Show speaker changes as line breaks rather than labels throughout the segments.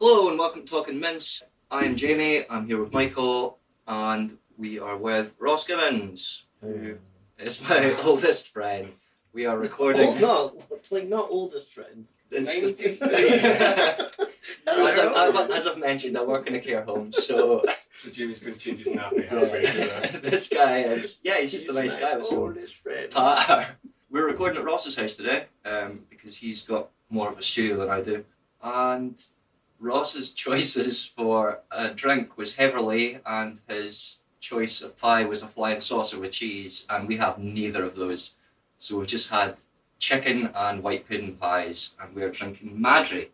Hello and welcome to Talking Mints. I am Jamie. I'm here with Michael, and we are with Ross Gibbons,
Hmm.
who is my oldest friend. We are recording.
Oh, no, like not oldest friend.
It's just-
93.
as, I've, I've- as I've mentioned, I work in a care home, so
So Jamie's going to change his nappy halfway through this.
this guy is yeah, he's just a nice
my
guy with some
Oldest friend.
patter. Uh, We're recording at Ross's house today um, because he's got more of a studio than I do. And Ross's choices for a drink was Heverly, and his choice of pie was a flying saucer with cheese, and we have neither of those. So we've just had chicken and white pudding pies, and we're drinking Madry.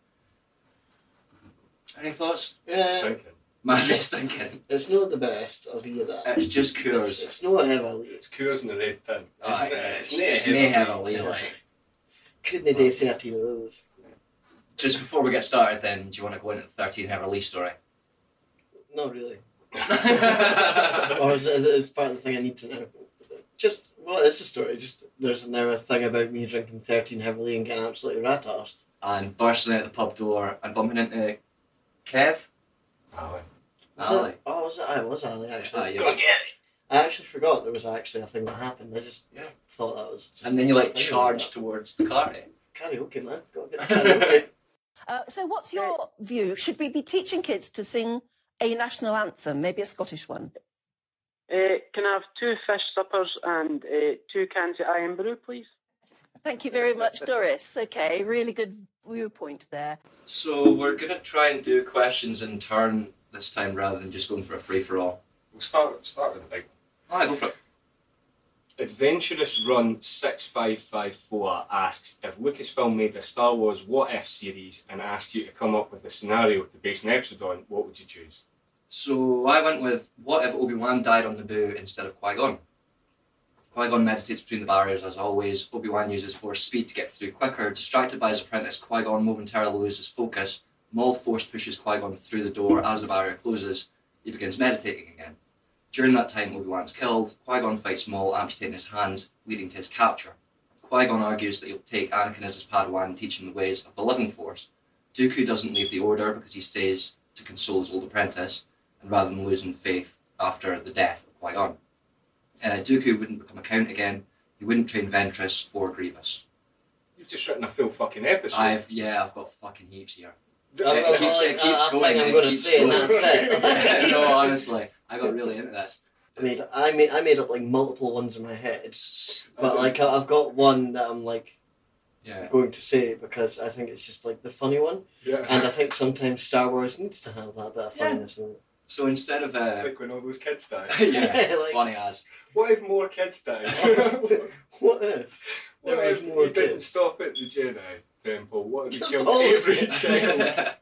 Any thoughts?
Yeah,
Stinking.
Madry's thinking.
it's not the best. I'll give you that.
It's just
It's, uh,
Coors.
it's not heavily.
It's Coors in the red tin, isn't
Aye,
it?
it's- it's
heavy.
nae heavily, like.
Couldn't they do thirteen of those?
Just before we get started, then, do you want to go into the 13 Heverly story?
Not really.
Or
Or is it, is it part of the thing I need to know? Just well, it's a story. Just there's now a thing about me drinking thirteen heavily and getting absolutely rat arsed.
and bursting out the pub door and bumping into Kev.
Aye.
Was
Ali.
It, oh, was it? I was Ali actually.
Ah, yeah.
Go get it. I actually forgot there was actually a thing that happened. I just
Yeah.
thought that was. Just
And then you
a
like
thing that
charge towards the car.
happened. Karaoke, man. Go get karaoke.
Uh, so, what's your view? Should we be teaching kids to sing a national anthem, maybe a Scottish one?
Uh, can I have two fish suppers and uh, two cans of iron brew, please?
Thank you very much, Doris. Okay, really good viewpoint there.
So we're gonna try and do questions in turn this time rather than just going for a free for all.
We'll start, start with the big
Alright, go for it.
one. Adventurous Run 6554 asks If Lucasfilm made a Star Wars What If series and asked you to come up with a scenario to base an episode on, what would you choose?
So I went with what if Obi Wan died on Naboo instead of Qui Gon? Qui Gon meditates between the barriers as always. Obi Wan uses force speed to get through quicker. Distracted by his apprentice, Qui Gon momentarily loses focus. Maul force pushes Qui Gon through the door as the barrier closes. He begins meditating again. During that time, Obi Wan's killed. Qui Gon fights Maul, amputating his hands, leading to his capture. Qui Gon argues that he'll take Anakin as his Padawan and teach him the ways of the living force. Dooku doesn't leave the Order because he stays to console his old apprentice and rather than losing faith after the death of Qui Gon. Uh, Dooku wouldn't become a count again. He wouldn't train Ventress or Grievous.
You've just written a full fucking episode.
I've yeah, I've got fucking heaps here.
I, I,
It
Uh, I,
keeps- it keeps
I,
going,
think
it
I'm going to
keeps
say and
going.
that's it.
no, honestly, I got really into this.
I made I made I made up like multiple ones in my head, but
Okay.
like I- I've got one that I'm like
Yeah,
going to say because I think it's just like the funny one,
yeah.
and I think sometimes Star Wars needs to have that bit of funniness in it.
So instead of uh,
like when all those kids die.
yeah,
Like-
funny as
What if more kids died?
What if?
What
There is
if
more
he didn't
kids.
stop at the Jedi temple? What if he
Just
killed
all of
every
it.
child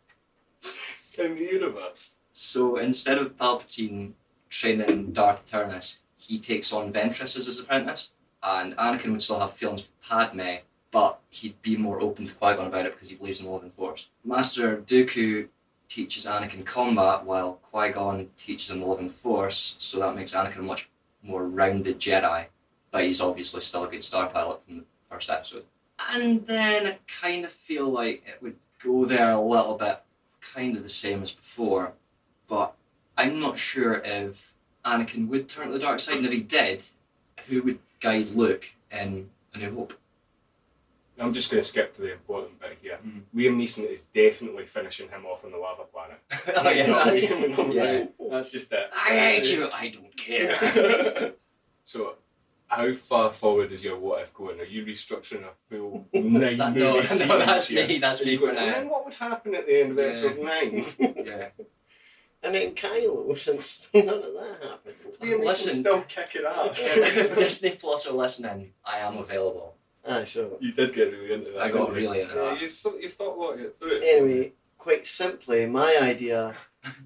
in the universe?
so instead of Palpatine training Darth Turnus, he takes on Ventress as his apprentice, and Anakin would still have feelings for Padme, but he'd be more open to Qui Gon about it because he believes in the living force. Master Dooku teaches Anakin combat while Qui Gon teaches him the living force, so that makes Anakin a much more rounded Jedi, but he's obviously still a good star pilot from the first episode. And then I kind of feel like it would go there a little bit, kind of the same as before, but I'm not sure if Anakin would turn to the dark side, and if he did, who would guide Luke in A New Hope?
I'm just going to skip to the important bit here.
Mm.
Liam Neeson is definitely finishing him off on the lava planet.
oh,
He's not
that's-
leaving him
yeah.
alone. that's just it.
I hate you. I don't care.
you. so, how far forward is your what if going? Are you restructuring a full nine
That- no,
movie
no,
series
that's
here?
me. That's
Are
me
you
for
going, and
now.
then what would happen at the end of
Yeah.
episode nine?
Yeah.
I mean Kylo, since none of that happened.
Liam Neeson's
Listen.
still kicking ass.
If Disney Plus are listening. I am available.
Ah, so
You did get really into that.
I got
didn't you?
really into
Yeah,
that.
you thought you thought what you through it.
anyway, quite simply, my idea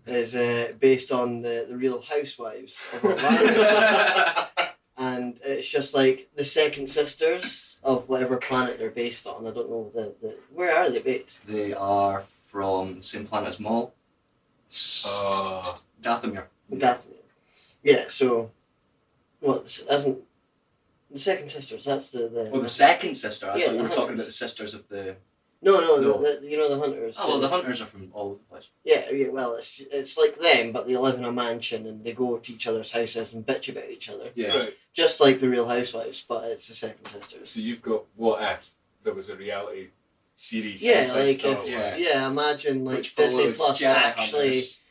is uh, based on the the Real Housewives of Orlando. and it's just like the second sisters of whatever planet they're based on. I don't know the, the where are they based?
they are from the same planet as Maul.
Ah.
Dathomir.
Dathomir. Yeah, so well, s- hasn't the second sisters? That's the the.
Well, Oh, the second sister. I
Yeah,
thought you were
the
talking
Hunters.
about the sisters of the
No, no,
No.
The, the- you know the hunters.
Oh well, the hunters are from all over the place.
Yeah, yeah. Well, it's it's like them, but they live in a mansion and they go to each other's houses and bitch about each other,
Right.
just like the Real Housewives, but it's the second sisters.
So you've got what if there was a reality series?
Yeah,
inside
like
Star
if,
Wars,
Yeah.
yeah. imagine like
which
Disney
follows
Plus
Jedi
actually
Hunters.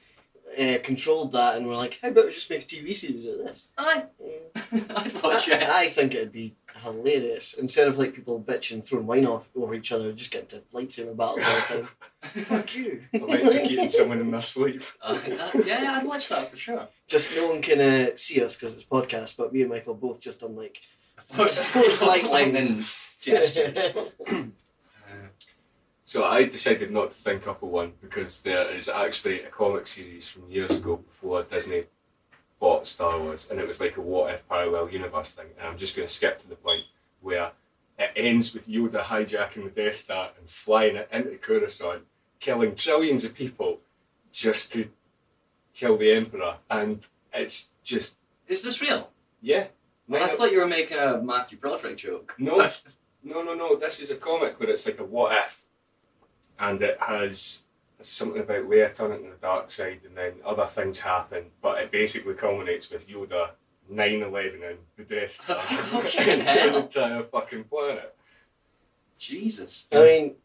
uh, controlled that, and we're like, how about we just make a TV series of this?
Aye,
Yeah.
I'd watch
I,
it.
I think it'd be hilarious. Instead of like people bitching, throwing wine off over each other, just get into lightsaber battles all the time. Fuck you.
electrocuting someone in their sleep.
Uh, yeah, I'd watch that for sure.
just no one can uh, see us because it's podcast, but me and Michael both just done like.
Force,
Force
force
lightning.
lightning gestures. Uh,
So I decided not to think up a one because there is actually a comic series from years ago before Disney bought Star Wars, and it was like a what if parallel universe thing. And I'm just going to skip to the point where it ends with Yoda hijacking the Death Star and flying it into Coruscant, killing trillions of people just to kill the Emperor. And it's just
is this real?
yeah.
I thought you were making a Matthew Broderick joke.
No, no, no, no. This is a comic where it's like a what if, and it has something about Leia turning to the dark side, and then other things happen. But it basically culminates with Yoda nine eleven and the Death Star
Fucking
into
hell.
the entire fucking planet.
Jesus.
I mean,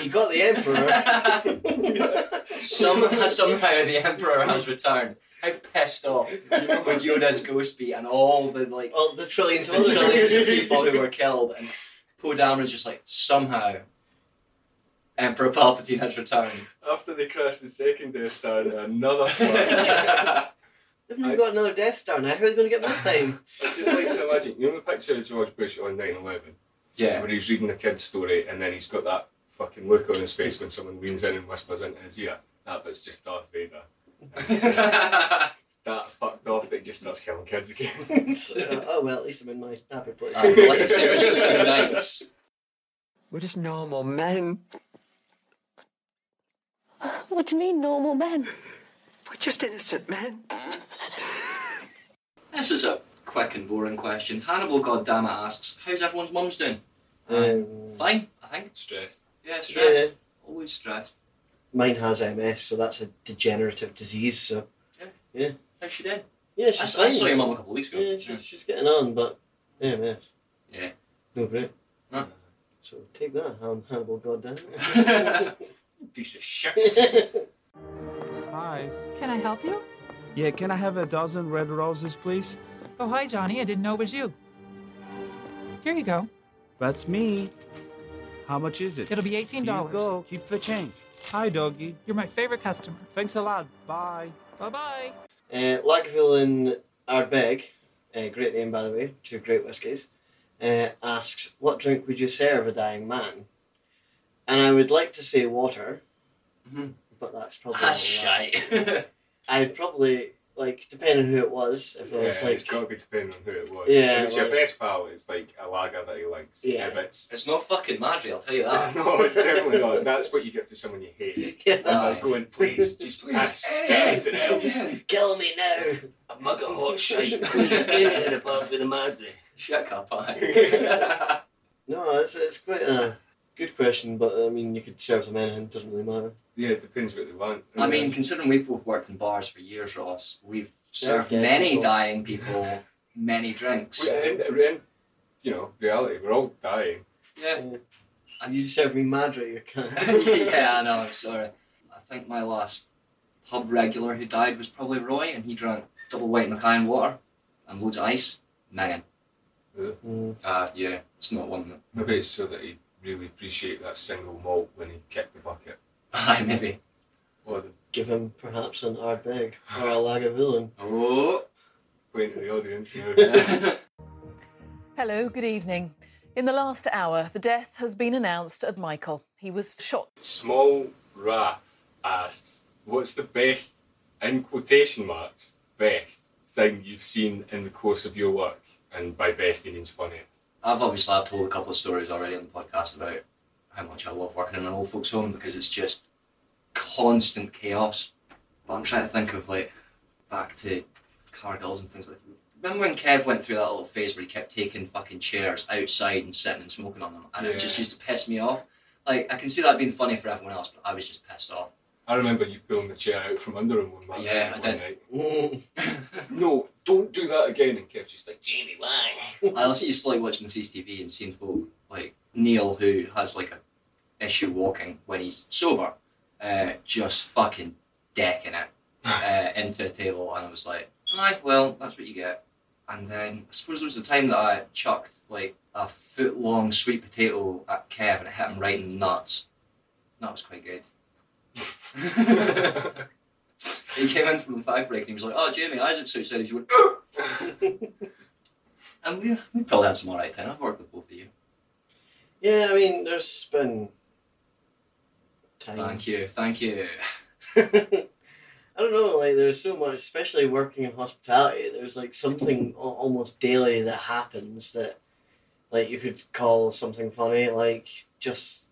he got the emperor.
Somehow, somehow the Emperor has returned. How pissed off would Yoda's ghost be and all the like
Well, Oh, the trillions of
the
other
trillions of
guys.
people who were killed and Poe Dameron's just like somehow Emperor Palpatine has returned.
After they crash the second Death Star into another planet,
yeah,
They've not got another Death Star now. How are they going to get this time?
I just like to imagine. You know the picture of George Bush on nine eleven, where he's reading the kid's story, and then he's got that fucking look on his face when someone leans in and whispers into his ear. That bit's just Darth Vader. And it's just- that fucked off that he just starts killing kids again.
So, oh well, at least I'm in my happy place.
Um, lightsaber just ignites.
We're just normal men.
What do you mean, normal men?
We're just innocent men.
This is a quick and boring question. Hannibal, goddammit, asks, "How's everyone's mum's doing?"
Um,
Fine, I think.
Stressed.
Yeah, stressed.
yeah,
Always stressed.
mine has MS, so that's a degenerative disease. So
How's she doing?
yeah,
I,
she's
I
fine.
saw your mum a couple of weeks ago.
Yeah, she's, she's getting on, but yeah, yes.
Yeah.
No great.
No.
So take that, Han- Hannibal, goddamn.
Piece of shit.
it.
Hi.
Can I help you?
Yeah, can I have a dozen red roses, please?
Oh, hi, Johnny. I didn't know it was you. Here you go.
That's me. How much is it?
It'll be
Here
$18.
you go. Keep the change. Hi, doggy.
You're my favorite customer.
Thanks a lot. Bye.
Bye bye.
uh, Lagerville and Ardbeg, uh, great name by the way, two great whiskies, uh, asks, What drink would you serve a dying man? And I would like to say water,
Mhm.
but that's probably.
That's
not that.
shite.
I'd probably, like, depending on who it was, if it
Yeah,
was like.
it's got to be depending on who it was.
Yeah,
if it's your
like-
best pal, it's like a lager that he likes.
Yeah.
If it's
it's not fucking Madry, I'll tell you that.
no, it's definitely not. That's what you give to someone you hate.
Yeah.
And that's going, please, just
eh,
please, ask anything else.
Kill me now!
A mug of hot
shite, please, anything
above with a Madry. Shut up, I.
aye.
No, it's, it's quite a good question, but I mean, you could serve them anything, it doesn't really matter.
Yeah, it depends what they want.
I mean, considering we've both worked in bars for years, Ross, we've served
Yeah,
many
people.
dying people many drinks.
we in, we're in, you know, reality, we're all dying.
Yeah.
And you serve me Madra, you can.
yeah, I know, I'm sorry. I think my last pub regular who died was probably Roy, and he drank double white Mackay and water and loads of ice. Man.
Mm.
Uh, yeah, it's not one that.
Mm-hmm.
Maybe it's so that he really appreciate that single malt when he kicked the bucket.
Aye, maybe.
Or the
Give him perhaps an Ardbeg or a Lagavulin.
Oh.
point to the audience. you know.
Hello, good evening. In the last hour, the death has been announced of Michael. He was shot.
Small Raf asks, "What's the best, in quotation marks, best thing you've seen in the course of your work?" And by best, he means funniest.
I've obviously I've told a couple of stories already on the podcast about how much I love working in an old folks' home because it's just constant chaos. But I'm trying to think of like back to Cargills and things like that. Remember when Kev went through that little phase where he kept taking fucking chairs outside and sitting and smoking on them, and
Yeah.
it just used to piss me off. Like I can see that being funny for everyone else, but I was just pissed off.
I remember you pulling the chair out from under him one night.
Yeah, I
one
did.
night.
Mm.
no, don't do that again. And Kev's just like, Jamie, why?
I also used to like watching the CCTV and seeing folk like Neil, who has like a issue walking when he's sober, uh, just fucking decking it uh, into a table, and I was like, "Aye, well, that's what you get." And then I suppose there was the time that I chucked like a foot long sweet potato at Kev and it hit him right in the nuts. That was quite good. he came in from the fag break and he was like, "Oh, Jamie, Isaac's outside." He went, and we, we probably had some alright time. I've worked with both of you.
Yeah, I mean, there's been.
Thank you, thank you.
I don't know, like, there's so much, especially working in hospitality, there's like something al- almost daily that happens that, like, you could call something funny. Like, just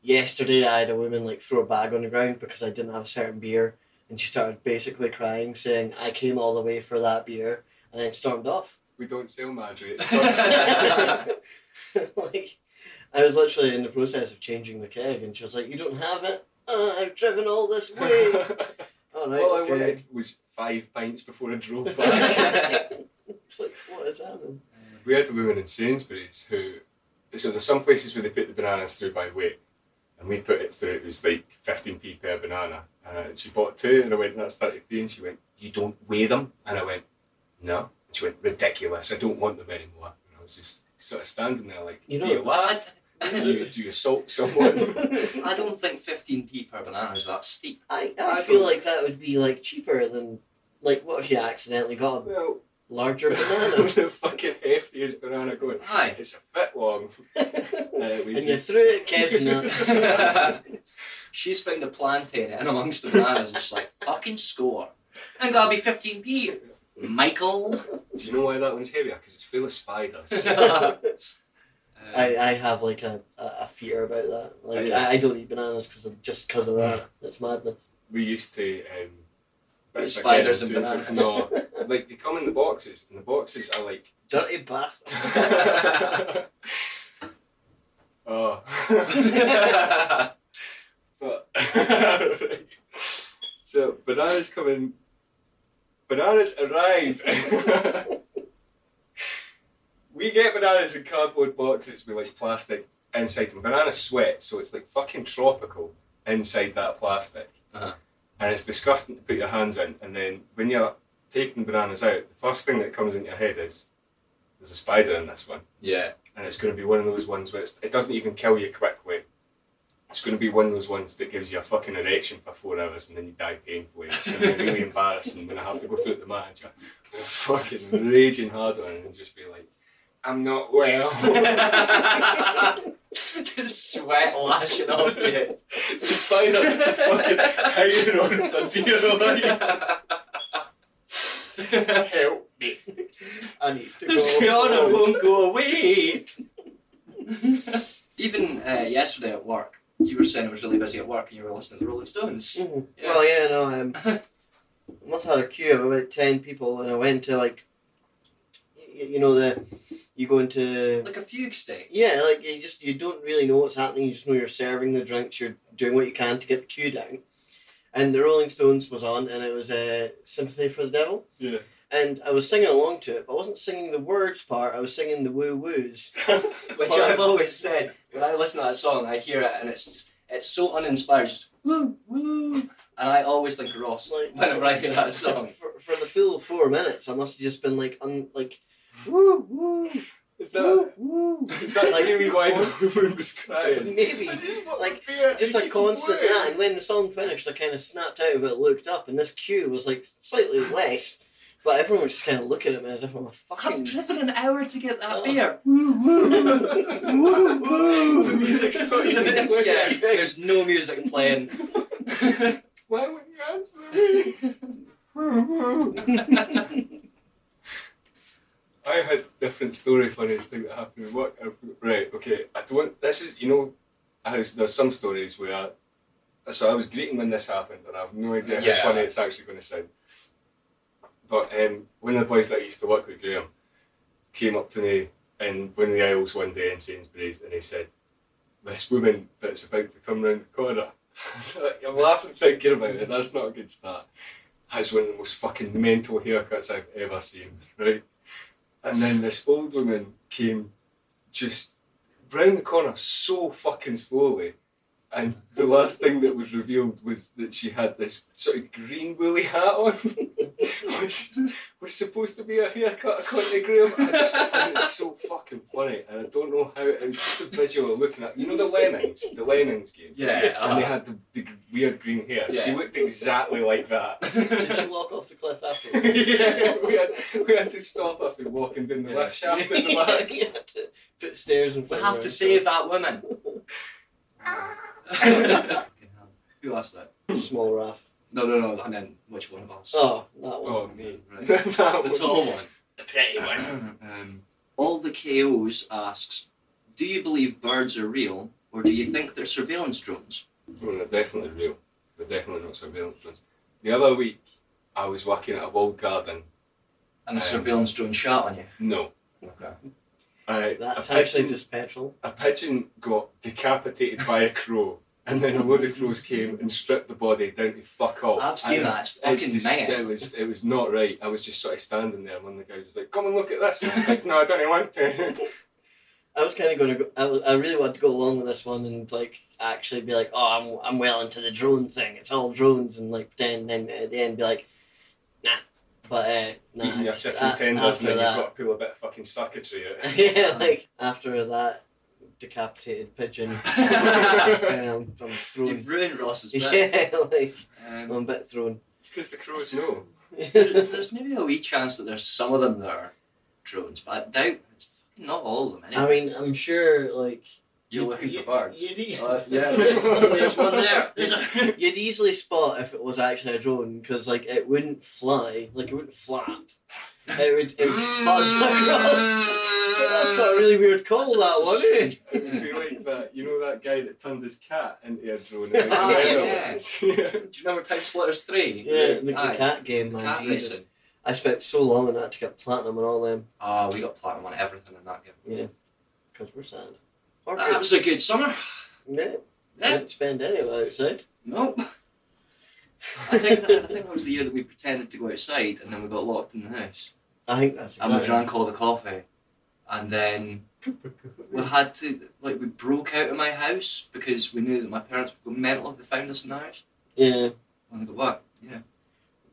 yesterday, I had a woman, like, throw a bag on the ground because I didn't have a certain beer, and she started basically crying, saying, I came all the way for that beer, and then stormed off.
We don't sell Madry.
like, I was literally in the process of changing the keg, and she was like, "You don't have it? Uh, I've driven all this way." all right.
All I
okay.
wanted was five pints before I drove back.
It's like, what is happening?
we had a woman in Sainsbury's who, so there's some places where they put the bananas through by weight, and we put it through. It was like 15p per banana, and she bought two, and I went, "That's 30p," and she went, "You don't weigh them?" And I went, "No." And she went, "Ridiculous! I don't want them anymore." And I was just sort of standing there like,
You
"Do
know-
you laugh? do, you, do you assault someone?"
I don't think 15p per banana is that steep.
I, I
I
feel
don't-
like that would be like cheaper than like what if you accidentally got a
well,
larger banana
the fucking heftiest banana going.
Aye.
It's a bit long. Uh, we
and you
just-
threw it at Kev's nuts?
She's found a plantain in amongst the bananas and she's like, fucking score. And that'll be 15p. Michael.
Do you know why that one's heavier? Because it's full of spiders.
Uh,
Uh,
I, I have like a, a, a fear about that. Like
Yeah.
I, I don't eat bananas because of just because of that. That's madness.
we used to. Um,
With
back
spiders
then,
and
so-
bananas.
No, like they come in the boxes, and the boxes are like.
Dirty bastard.
oh. but so bananas come in. Bananas arrive. we get bananas in cardboard boxes with like plastic inside them. Bananas sweat, so it's like fucking tropical inside that plastic.
Uh-huh.
And it's disgusting to put your hands in. And then when you're taking the bananas out, the first thing that comes into your head is there's a spider in this one.
yeah.
And it's going to be one of those ones where it's, it doesn't even kill you quickly. It's going to be one of those ones that gives you a fucking erection for four hours and then you die painfully. It's going to be really embarrassing when I have to go through to the manager. with a Fucking raging hard on it and just be like, I'm not well.
Sweat lashing off you.
The spiders are fucking hanging on for dear life. Help me.
I need to
The scar won't go away. Even uh, yesterday at work, you were saying it was really busy at work and you were listening to the Rolling Stones.
Mhm.
Yeah.
Well, yeah, no, um, I must have had a queue of about ten people, and I went to like, you, you know, the you go into
Like a fugue state.
yeah, like you just you don't really know what's happening. You just know you're serving the drinks, you're doing what you can to get the queue down. And the Rolling Stones was on, and it was uh, "Sympathy for the Devil."
Yeah.
And I was singing along to it, but I wasn't singing the words part. I was singing the woo woos.
Which I've always said, when I listen to that song, I hear it and it's just, it's so uninspired, it's just woo, woo. And I always think of Ross whenever I hear that song.
for, for the full four minutes, I must have just been like, un, like, woo woo.
Is that,
Woo, woo.
is that
Like,
really why the woman was crying?
Maybe. Like, Just a constant that, and when the song finished, I kind of snapped out of it, looked up, and this queue was like slightly less, but everyone was just kind of looking at me as if I'm a
I've
fucking.
driven an hour to get that
Oh.
beer. Woo, woo, woo, woo.
The music's not even
It's
working.
scary. There's no music playing.
Why wouldn't you answer me? I had a different story, funniest thing that happened in work. Uh, Right, okay. I don't. This is, you know, I was, there's some stories where. So I was greeting when this happened, and I have no idea
Yeah.
how funny it's actually going to sound. But um, one of the boys that I used to work with, Graham, came up to me in one of the aisles one day in Sainsbury's and he said, This woman that's about to come round the corner. So I'm laughing thinking about it. That's not a good start. That's one of the most fucking mental haircuts I've ever seen, right? And then this old woman came just round the corner so fucking slowly. And the last thing that was revealed was that she had this sort of green woolly hat on, which was supposed to be a haircut according to Graham. I just find it so fucking funny, and I don't know how it was just a visual looking at. You know the Lemmings, the Lemmings game.
Yeah, uh.
and they had the, the weird green hair. She
Yeah.
looked exactly like that.
Did she walk off the cliff afterwards?
yeah, we had we had to stop her from walking down the lift shaft in the back.
You had to put stairs in
We
front
have
of
to
her.
save that woman. Fucking hell. Who asked that?
Small raft.
No, no, no. I meant which one of us?
Oh, that one.
Oh me,
Right.
That
the tall one.
the pretty
um, all the KOs asks, do you believe birds are real, or do you think they're surveillance drones?
Well, they're definitely real. They're definitely not surveillance drones. The other week, I was working at a walled garden.
And the
Um,
surveillance drone shot on you.
No.
Okay.
Uh,
That's
a pigeon-
actually just petrol.
A pigeon got decapitated by a crow, and then a load of crows came and stripped the body down to fuck off.
I've seen
And
that. It's fucking
dis-
mad.
It was, it was not right. I was just sort of standing there, and one of the guys was like, Come and look at this. And I was like, No, I don't want to.
I was kind of going to go. I, was, I really wanted to go along with this one and like actually be like, oh, I'm I'm well into the drone thing. It's all drones and like pretend. And then at the end, be like, nah. But uh, nah.
Eating your
just
chicken
a-
tenders, and
after
then
that,
you've got to pull a bit of fucking circuitry out.
yeah, like after that decapitated pigeon, um, I'm thrown.
You've ruined Ross's bit.
Yeah, like I'm
Um,
a bit thrown.
Because the crows know.
there's maybe a wee chance that there's some of them that are drones, but I doubt it's fucking not all of them. Anyway.
I mean, I'm sure like
You're
you-
looking
you-
for birds.
You'd easily,
Uh, yeah, there's one, there's one there. There's a-
you'd easily spot if it was actually a drone because like it wouldn't fly, like it wouldn't flap. It would, it would buzz across. That's got a really weird call that one. eh?
It would be like that, you know, that guy that turned his cat into a drone. and
Ah,
like,
yeah.
yeah.
Do you remember Time Splitters 3?
Yeah, the, the
Aye.
cat game, man.
Cat
Jesus.
racing.
I spent so long on that to get platinum and all them
Oh, we got platinum on everything in that game.
because we're sad. Or
That was a good summer.
yeah,
Ah. Yeah.
didn't spend any of it outside.
Nope. I think that, I think that was the year that we pretended to go outside and then we got locked in the house
I think that's
and we
exactly.
drank all the coffee and then we had to like we broke out of my house because we knew that my parents would go mental if they found us in the house
Yeah,
when they got back. Yeah,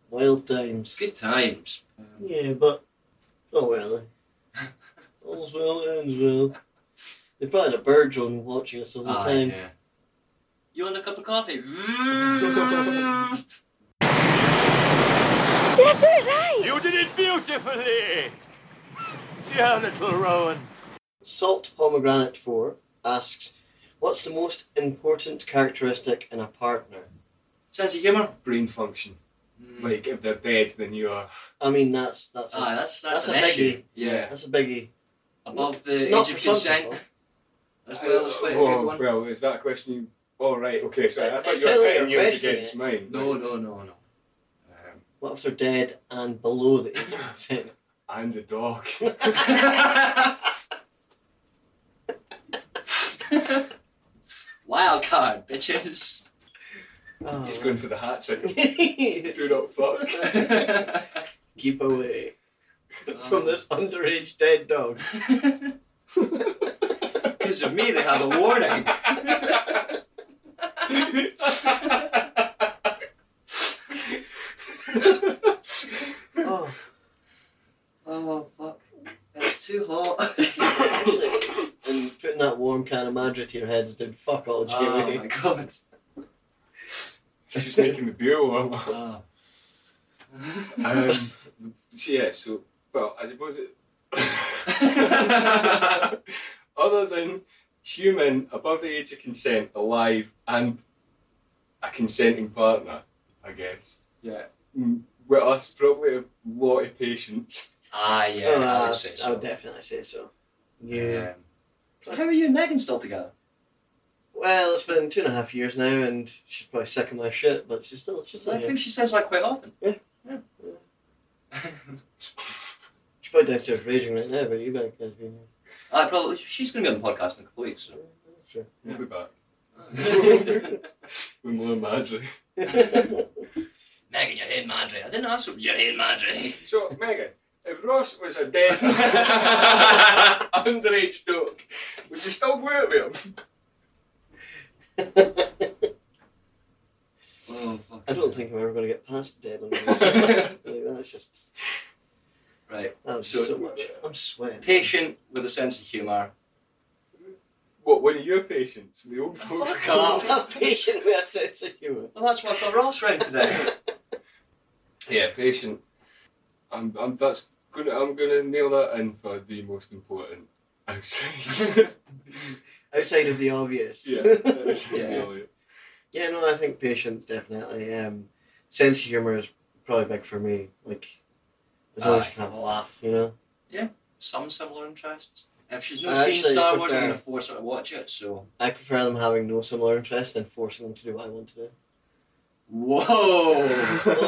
wild
it's
times.
good times. Um,
Yeah, but oh well. eh. All's well that ends well. They probably had a bird drone watching us all the
aye,
time.
Ah, yeah. You want a cup of coffee?
Did I do it right?
Salt Pomegranate 4 asks, What's the most important characteristic in a partner?
Sense of humour.
Brain function.
Mm.
Like, if they're dead, then you are.
I mean, that's that's a,
Aye, that's that's,
That's
an
a
issue.
biggie.
Ah, Yeah,
that's a biggie.
above the age
Not for
of
some
consent.
people.
That's well, that's quite a
Oh,
good one.
well, is that a question you. Oh, right, okay, so I
It- it
thought you
sounded
were
like a
pitting yours
question,
against mine.
No, no, no, no.
Um,
What if they're dead and below the age of consent?
I'm the dog.
Um. Wild card, bitches. Oh.
Just going for the hat trick. of Do
Do
not fuck.
Keep away
Um.
from this underage dead dog.
Because of me, they have a warning.
Oh,
Oh fuck! It's too hot.
actually, and putting that warm can of Madra to your head has done fuck all,
Oh
Jamie.
my god.
It's just making the beer warm.
Oh.
Um, so yeah, so, well, I suppose it. Other than human above the age of consent, alive, and a consenting partner, I guess. Yeah. Mm, With us, probably a lot of patience.
Ah yeah,
Oh,
I
uh,
would say so.
I would definitely say so. Yeah.
Um, so how are you and Megan still together?
Well, it's been two and a half years now, and she's probably sick of my shit, but she's still she's still
I
here.
think she says that quite often.
Yeah.
Yeah.
She's probably downstairs raging right now, but you better guys be
I probably Uh, she's going to be on the podcast in a couple of weeks. So.
Sure.
We'll be back.
Megan,
With more magic.
you're in Madrid. I didn't ask for you're in Madrid.
So, Megan, if Ross was a dead underage dope, would you still work with him?
Oh, fuck.
I don't think I'm ever going to get past dead on the like, That's just
Right.
that was
So-
so, much. I'm sweating.
Patient with a sense of humour.
What, one of your patients? The
Oh,
old folks?
Fuck
I'm
off.
not patient with a sense of humour.
Well, that's my Phil Ross round today.
Yeah, patient. I'm, I'm, that's gonna, I'm gonna nail that in for the most important outside.
Outside of the obvious.
yeah, that is
Yeah.
really it.
Yeah, no, I think patience definitely. Um, sense of humor is probably big for me. Like, as long
Aye.
as you can have a laugh, you know.
Some similar interests. If she's not
I
seen
actually
Star Wars, I'm
prefer-
going to force her to watch it. So,
I prefer them having no similar interest than forcing them to do what I want to do.
whoa!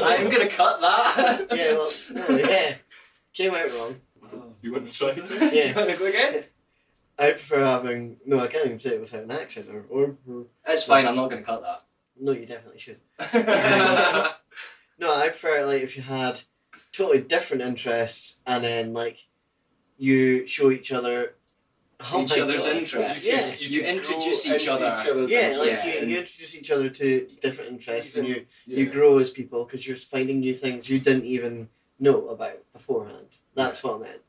I'm going to cut that.
Yeah, well, no, yeah, came out wrong.
You want to try? it?
Do you want to go again?
I prefer having no. I can't even say it without an accent or or. or-
It's fine. I'm not going to cut that.
No, you definitely should. No, I prefer like if you had totally different interests and then like you show each other Oh
Each
my
other's
God.
interests.
Yeah.
You
can grow
introduce each
into
other.
other's
Yeah, like
interests
Yeah.
You,
and-
you introduce each other to different interests and you
yeah.
you grow as people because you're finding new things you didn't even know about beforehand. That's what I meant.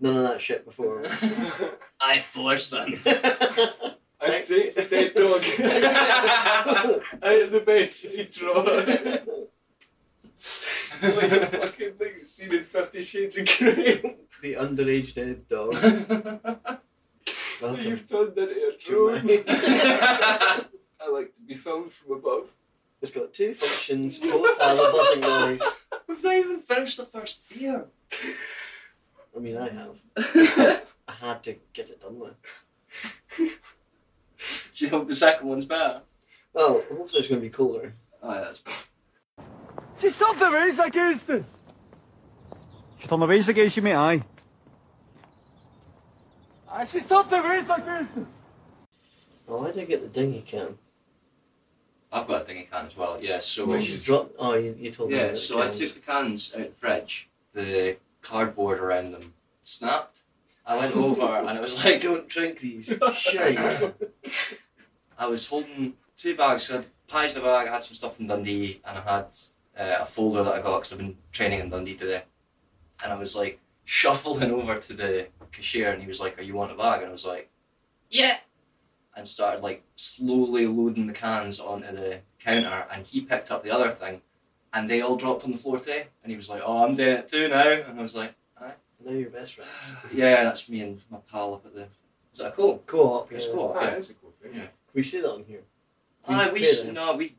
None of that shit before.
I forced them.
I take the dead dog out of the bed you draw. like a fucking thing that's seen in Fifty Shades of Grey.
the underage dead dog. Welcome.
You've turned into a
to
drone.
my-
I like to be filmed from above.
it's got two functions, both have a buzzing noise.
We've not even finished the first beer.
I mean, I have. I had to get it done with.
Do you hope the second one's better?
Well, hopefully it's going to be colder.
Oh, yeah, that's
She's not the race against us. She's on the race against you, mate, aye. She's not the race against us.
Oh, I did I get the dinghy cam?
I've got a thingy can as well. Yeah, so
Well,
Did you drop? Oh, you, you told me.
yeah,
about the
so I
cams.
took the cans out of the fridge. The cardboard around them snapped. I went over and it was like
Don't drink these. Shite.
I was holding two bags. I had pies in a bag. I had some stuff from Dundee, and I had uh, a folder that I got because I've been training in Dundee today. And I was like shuffling over to the cashier, and he was like, "Are you want a bag?" And I was like, "Yeah." And started like slowly loading the cans onto the counter, and he picked up the other thing, and they all dropped on the floor today. And he was like, "Oh, I'm doing it too now," and I was like,
now you're best friend.
"Yeah, that's me and my pal up at the." Is that cool?
Co-op.
It's
yeah.
cool.
Ah, that's a cool thing.
Yeah.
We see that on here. We
Ah,
just
we
play
s-
them.
no we.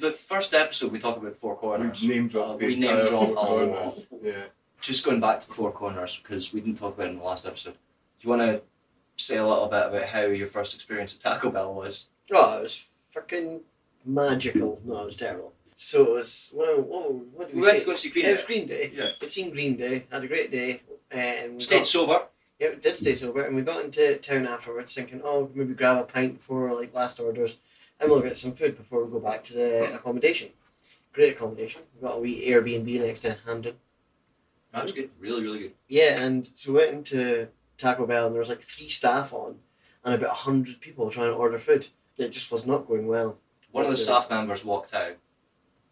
The first episode we talk about four corners.
We
Mm-hmm.
name drop the
We name
entire
drop
four
a lot.
corners. Yeah.
Just going back to four corners because we didn't talk about it in the last episode. Do you want to say a little bit about how your first experience at Taco Bell was?
Oh, it was fucking magical. No, it was terrible. So it was. Well, whoa, what did
We
we,
went
say?
to go and see Green
Yeah, it
Day.
was Green Day.
Yeah.
We'd seen Green Day. Had a great day. Uh, and we
Stayed
got,
sober.
yeah, we did stay sober, and we got into town afterwards, thinking, oh, maybe grab a pint before like last orders, and we'll get some food before we go back to the accommodation. Great accommodation. We got a wee Airbnb next to Hamden.
That was good. Really, really good.
Yeah, and so we went into Taco Bell and there was like three staff on and about hundred people trying to order food. It just was not going well.
One of the
Yeah.
staff members walked out.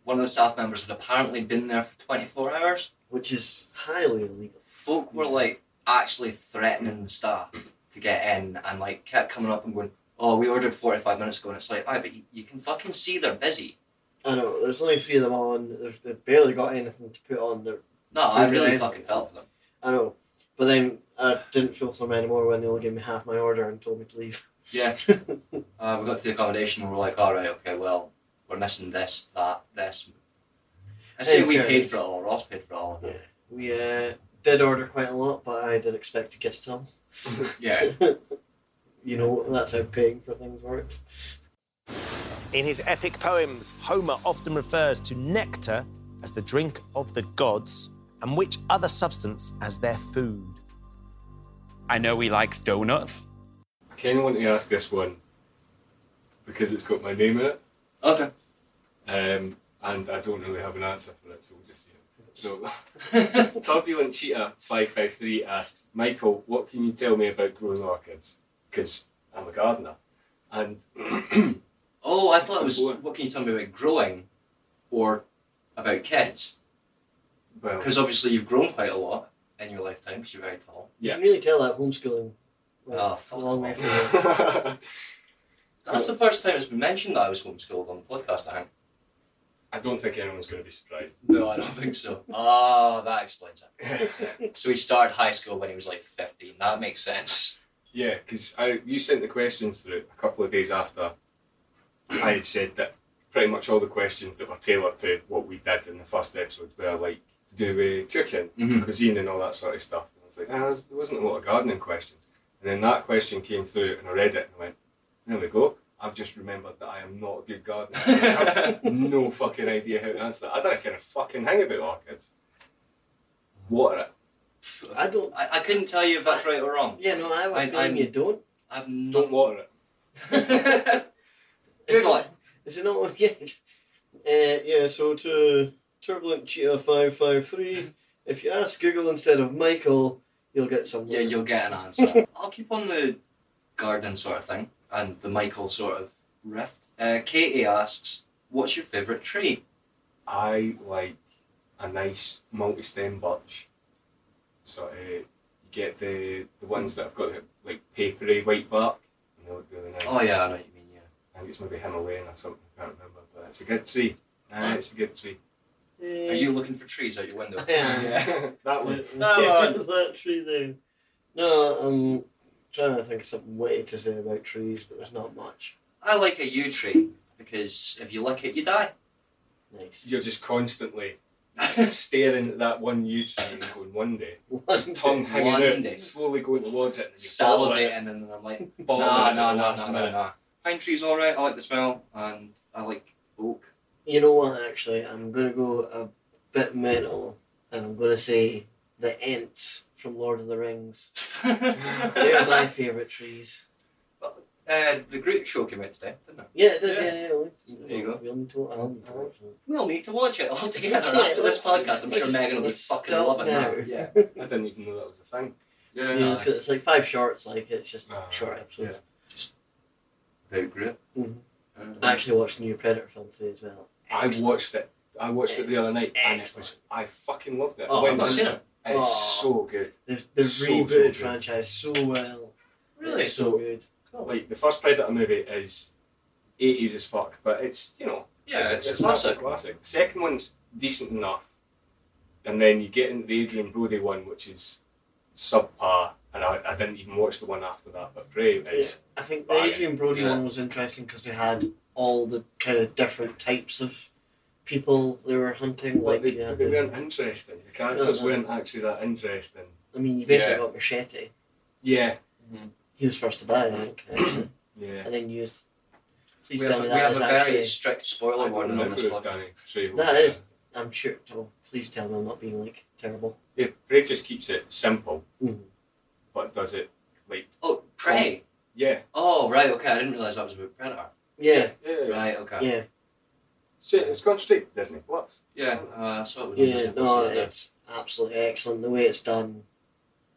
One of the staff members had apparently been there for 24 hours.
Which is highly illegal.
Folk were like actually threatening the staff to get in and like kept coming up and going, Oh, we ordered 45 minutes ago. And it's like, Aye, but you, you can fucking see they're busy.
I know, there's only three of them on, there's they barely got anything to put on there
No, I
Food
really
related.
fucking felt for them.
I know. But then I didn't feel for them anymore when they only gave me half my order and told me to leave.
Yeah. Uh, we got to the accommodation and we're like, all right, okay, well, we're missing this, that, this. I say
Hey,
we
fair
paid
enough.
for it all. Ross paid for it all.
we uh, did order quite a lot, but I did expect to get some.
Yeah.
you know, that's how paying for things works.
In his epic poems, Homer often refers to nectar as the drink of the gods and which other substance as their food?
I know he likes donuts.
I kind of want to ask this one because it's got my name in it.
Okay.
Um, and I don't really have an answer for it, so we'll just see it. So, Turbulent Cheetah 553 asks, Michael, what can you tell me about growing orchids? Because I'm a gardener. And
oh, I thought it was what can you tell me about growing or about kids? Because obviously you've grown quite a lot in your lifetime because you're very tall.
You can really tell that homeschooling went
Oh,
a
fuck
long way
off.
from
That's the first time it's been mentioned that I was homeschooled on the podcast, I think.
I don't think anyone's going to be surprised.
No, I don't think so. Oh, that explains it. so he started high school when he was like 15. That makes sense.
Yeah, because you sent the questions through a couple of days after I had said that pretty much all the questions that were tailored to what we did in the first episode were like to do with cooking,
Mhm.
cuisine, and all that sort of stuff. And I was like, ah, there wasn't a lot of gardening questions. And then that question came through, and I read it and I went, there we go. I've just remembered that I am not a good gardener. I have no fucking idea how to answer that. I don't care a fucking hang about orchids. Water it.
I don't.
I, I couldn't tell you if that's right or wrong.
Yeah, no, I have a
I-
feeling
I'm-
you don't.
I've no.
Don't water it.
Google it.
Is it not one yet? Uh, yeah, so to Turbulent Cheetah 553, if you ask Google instead of Michael, you'll get some.
Yeah, you'll get an answer. I'll keep on the gardening sort of thing and the Michael sort of rift. Uh, Katie asks, "What's your favourite tree?"
I like a nice multi-stem birch. So uh, you get the the ones that have got the, like papery white bark, and they look really nice.
Oh yeah, I know what you mean. Yeah.
I think it's maybe Himalayan or something. I can't remember, but it's a good tree. Uh, it's a good tree.
Eh,
Are you looking for trees out your window?
Yeah.
that one.
No,
Yeah,
no.
that tree there. No, I'm trying to think of some way to say about trees, but there's not much.
I like a yew tree because if you lick it, you die.
Nice.
You're just constantly staring at that one yew tree and going one day,
One
just tongue
day.
hanging
One
out,
day.
slowly going towards it, and then you bottle it.
Salivate, and then I'm like, no,
Bottle it
no,
at
no,
the
no,
last
no, no,
minute.
no. Pine trees, all right. I like the smell, and I like oak.
You know what, actually, I'm going to go a bit mental and I'm going to say the Ents from Lord of the Rings. They're my favourite trees.
Uh, the Great Show came out today, didn't it?
Yeah, yeah, yeah. yeah,
There you go.
We'll need to, I'll need to watch them.
We'll need to watch it all together
Yeah,
after this podcast. I'm
let's-
sure Megan will be
let's
fucking
stop
loving
now.
that. Yeah.
I didn't even know that was a thing.
Yeah,
Yeah, it's, it's like five shorts, like it's just
Uh,
Ah,
short episodes.
Very great.
Mhm. I actually watched the new Predator film today as well.
I watched it. I watched it the other night, and it was
Excellent.
I fucking loved it.
Oh,
I went
I've not
and-
seen it. Oh.
It's
Aw.
so good.
They've, they've
So, so
rebooted
good.
franchise so well.
Really?
It's so good.
Like the first Predator movie is eighties as fuck, but it's you know
Yeah,
it's,
it's a
it's not
classic.
classic. The second one's decent enough, and then you get into the Adrian Brody one, which is subpar, and I, I didn't even watch the one after that. But Brave
Yeah.
is
I think the
banging.
Adrian Brody
Yeah.
one was interesting because they had all the kind of different types of people they were hunting. Like
but they,
you had
they
the- Uh-huh.
weren't interesting. The characters
no.
weren't actually that interesting.
I mean, you basically
Yeah.
got Machete.
Yeah,
He was first to die, I think. actually.
yeah.
and then you used. Please
We
tell
have,
me
we
that
have
is
a
actually.
very strict spoiler
I don't
warning on this
remember
podcast.
if Danny Trejo
That
said
is- I'm sure. Oh, please tell me I'm not being like terrible.
Yeah, Brave just keeps it simple,
Mhm.
but does it like
Oh, Prey.
yeah,
Oh, right, okay. I didn't realise that was about Predator.
Yeah,
yeah.
Right, okay.
yeah,
So it's gone straight to Disney Plus.
Yeah, uh, I saw it was on
yeah.
Disney Plus
No,
the other day.
it's absolutely excellent. The way it's done,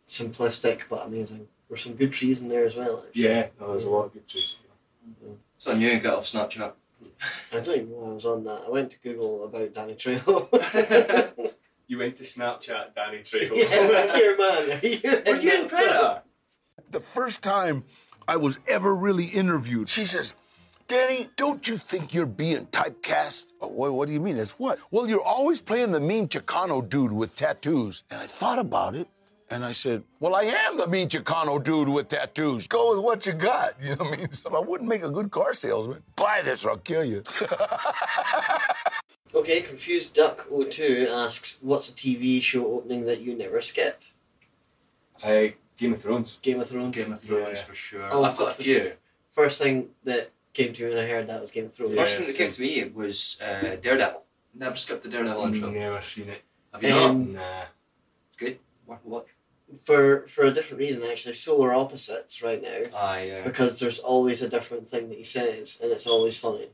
simplistic but amazing. There's some good trees in there as well. Actually.
Yeah, no, Oh, there's a lot of good choices.
So I knew you got off Snapchat.
I don't even know I was on that. I went to Google about Danny Trejo.
You went to Snapchat, Danny Trejo.
yeah, like your man. Are you
Were you in
that
Predator?
The first time I was ever really interviewed, she says, Danny, don't you think you're being typecast? "Oh, What, what do you mean? As what? Well, you're always playing the mean Chicano dude with tattoos. And I thought about it, and I said, Well, I am the mean Chicano dude with tattoos. Go with what you got. You know what I mean? So I wouldn't make a good car salesman. Buy this or I'll kill you.
film? Okay, Confused Duck 02 asks, what's a TV show opening that you never skip?
Uh, Game of Thrones.
Game of Thrones.
Game of Thrones
Yeah.
for sure.
Oh,
I've got a
the
few.
First thing that came to me when I heard that was Game of Thrones.
First
Yeah,
thing that
same.
came to me was uh, Daredevil. Never skipped the Daredevil intro.
Never seen it.
Have you
Um,
not? Nah. It's good. What? what?
for for a different reason actually solar opposites right now
Ah, yeah.
because there's always a different thing that he says and it's always funny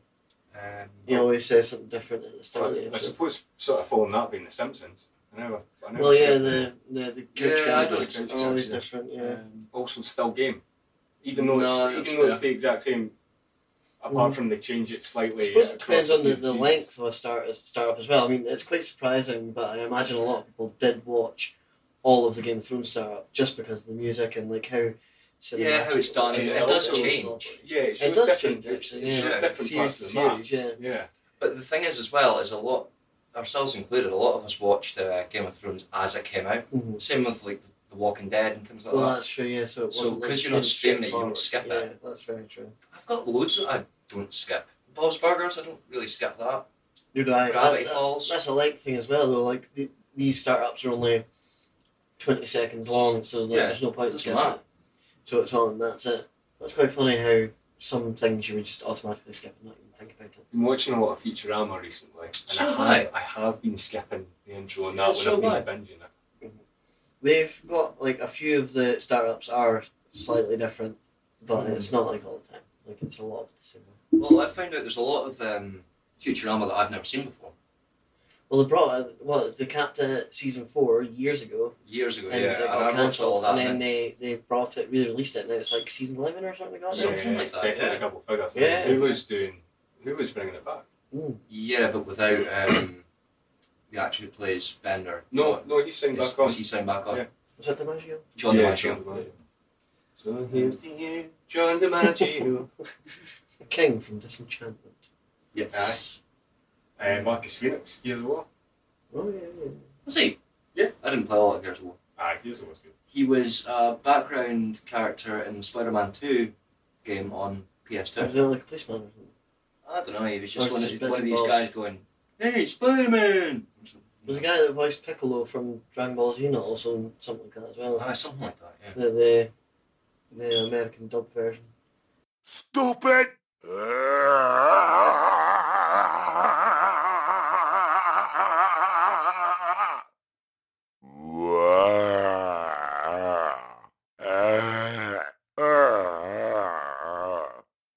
Um,
he always says something different at the start of the
I, I
episode.
suppose sort of following that being The Simpsons. I know. I know
well
it's
yeah
good.
the the, the coach
yeah, I
guys
don't think
are always
so, yeah.
different yeah
Um, also, still game, even though
No,
it's,
that's
even though it's
fair.
the exact same, apart from they change it
I
slightly. uh,
suppose Mm. it
across
depends on the,
few
the
seasons.
length of a start startup as well. I mean, it's quite surprising, but I imagine a lot of people did watch all of the Game of Thrones startup just because of the music and like how.
Yeah, how it's done.
cinematic
It,
was.
it does
Also,
change.
Yeah, it
It
shows
does
different.
change actually.
it
Yeah,
shows different
series,
parts of the map.
series, yeah.
Yeah.
But the thing is, as well, is a lot, ourselves included, a lot of us watched uh, Game of Thrones as it came out.
Mm-hmm.
Mhm.
Same with like The Walking Dead and things like
Well,
that.
that's true. Yeah, so it
So,
wasn't, like,
'cause you're not
just
streaming it, you
straightforward.
don't skip
yeah,
it.
that's very true.
I've got loads that I don't skip. Bob's Burgers, I don't really skip that.
New Diet.
Gravity
that's, uh,
Falls.
That's a length thing as well, though. Like the, these startups are only twenty seconds long, so like,
Yeah,
there's no point in
doesn't
skipping
matter.
it. So it's on. That's it. That's quite funny how some things you would just automatically skip and not even think about it.
I've been watching a lot of Futurama recently, and
So have
I have I have been skipping the intro and that
So
when I've
have
been binging it.
They've got like a few of the startups are slightly different, but
Mm-hmm.
it's not like all the time. Like it's a lot of the same.
Well, I found out there's a lot of um, Futurama that I've never seen before.
Well, they brought well they capped it at season four years ago.
Years ago,
and
yeah,
it
and I
got
watched all
cancelled,
that
and then
and
they, they brought it, re-released it, and it's like season eleven or something. Like that.
Something
yeah,
like
it's
that,
Definitely
yeah.
double figures.
Yeah.
Who was doing? Who was bringing it back?
Mm.
Yeah, but without um, the actor who plays Bender.
No, no, he's signed
Is-
back on.
is he signed back on?
Yeah.
Was that DiMaggio?
John
yeah,
DiMaggio.
John DiMaggio. So here's to you, John DiMaggio.
The King from Disenchantment.
yes. Aye. Uh, Marcus Phoenix, Gears of War.
Oh yeah, yeah.
Was he?
Yeah.
I didn't play all that Gears of War.
Aye, Ah, Gears of War's good.
He was a background character in the Spider-Man 2 game on PS2.
Was it like a policeman or something?
I don't know, he was just
Or
one
just
of,
bits
one of
and
these
balls.
guys going, Hey, Spider-Man!
There's a guy that voiced Piccolo from Dragon Ball Z, not also in something like that as well.
Ah, something like that, yeah.
The the, the American dub version.
Stupid!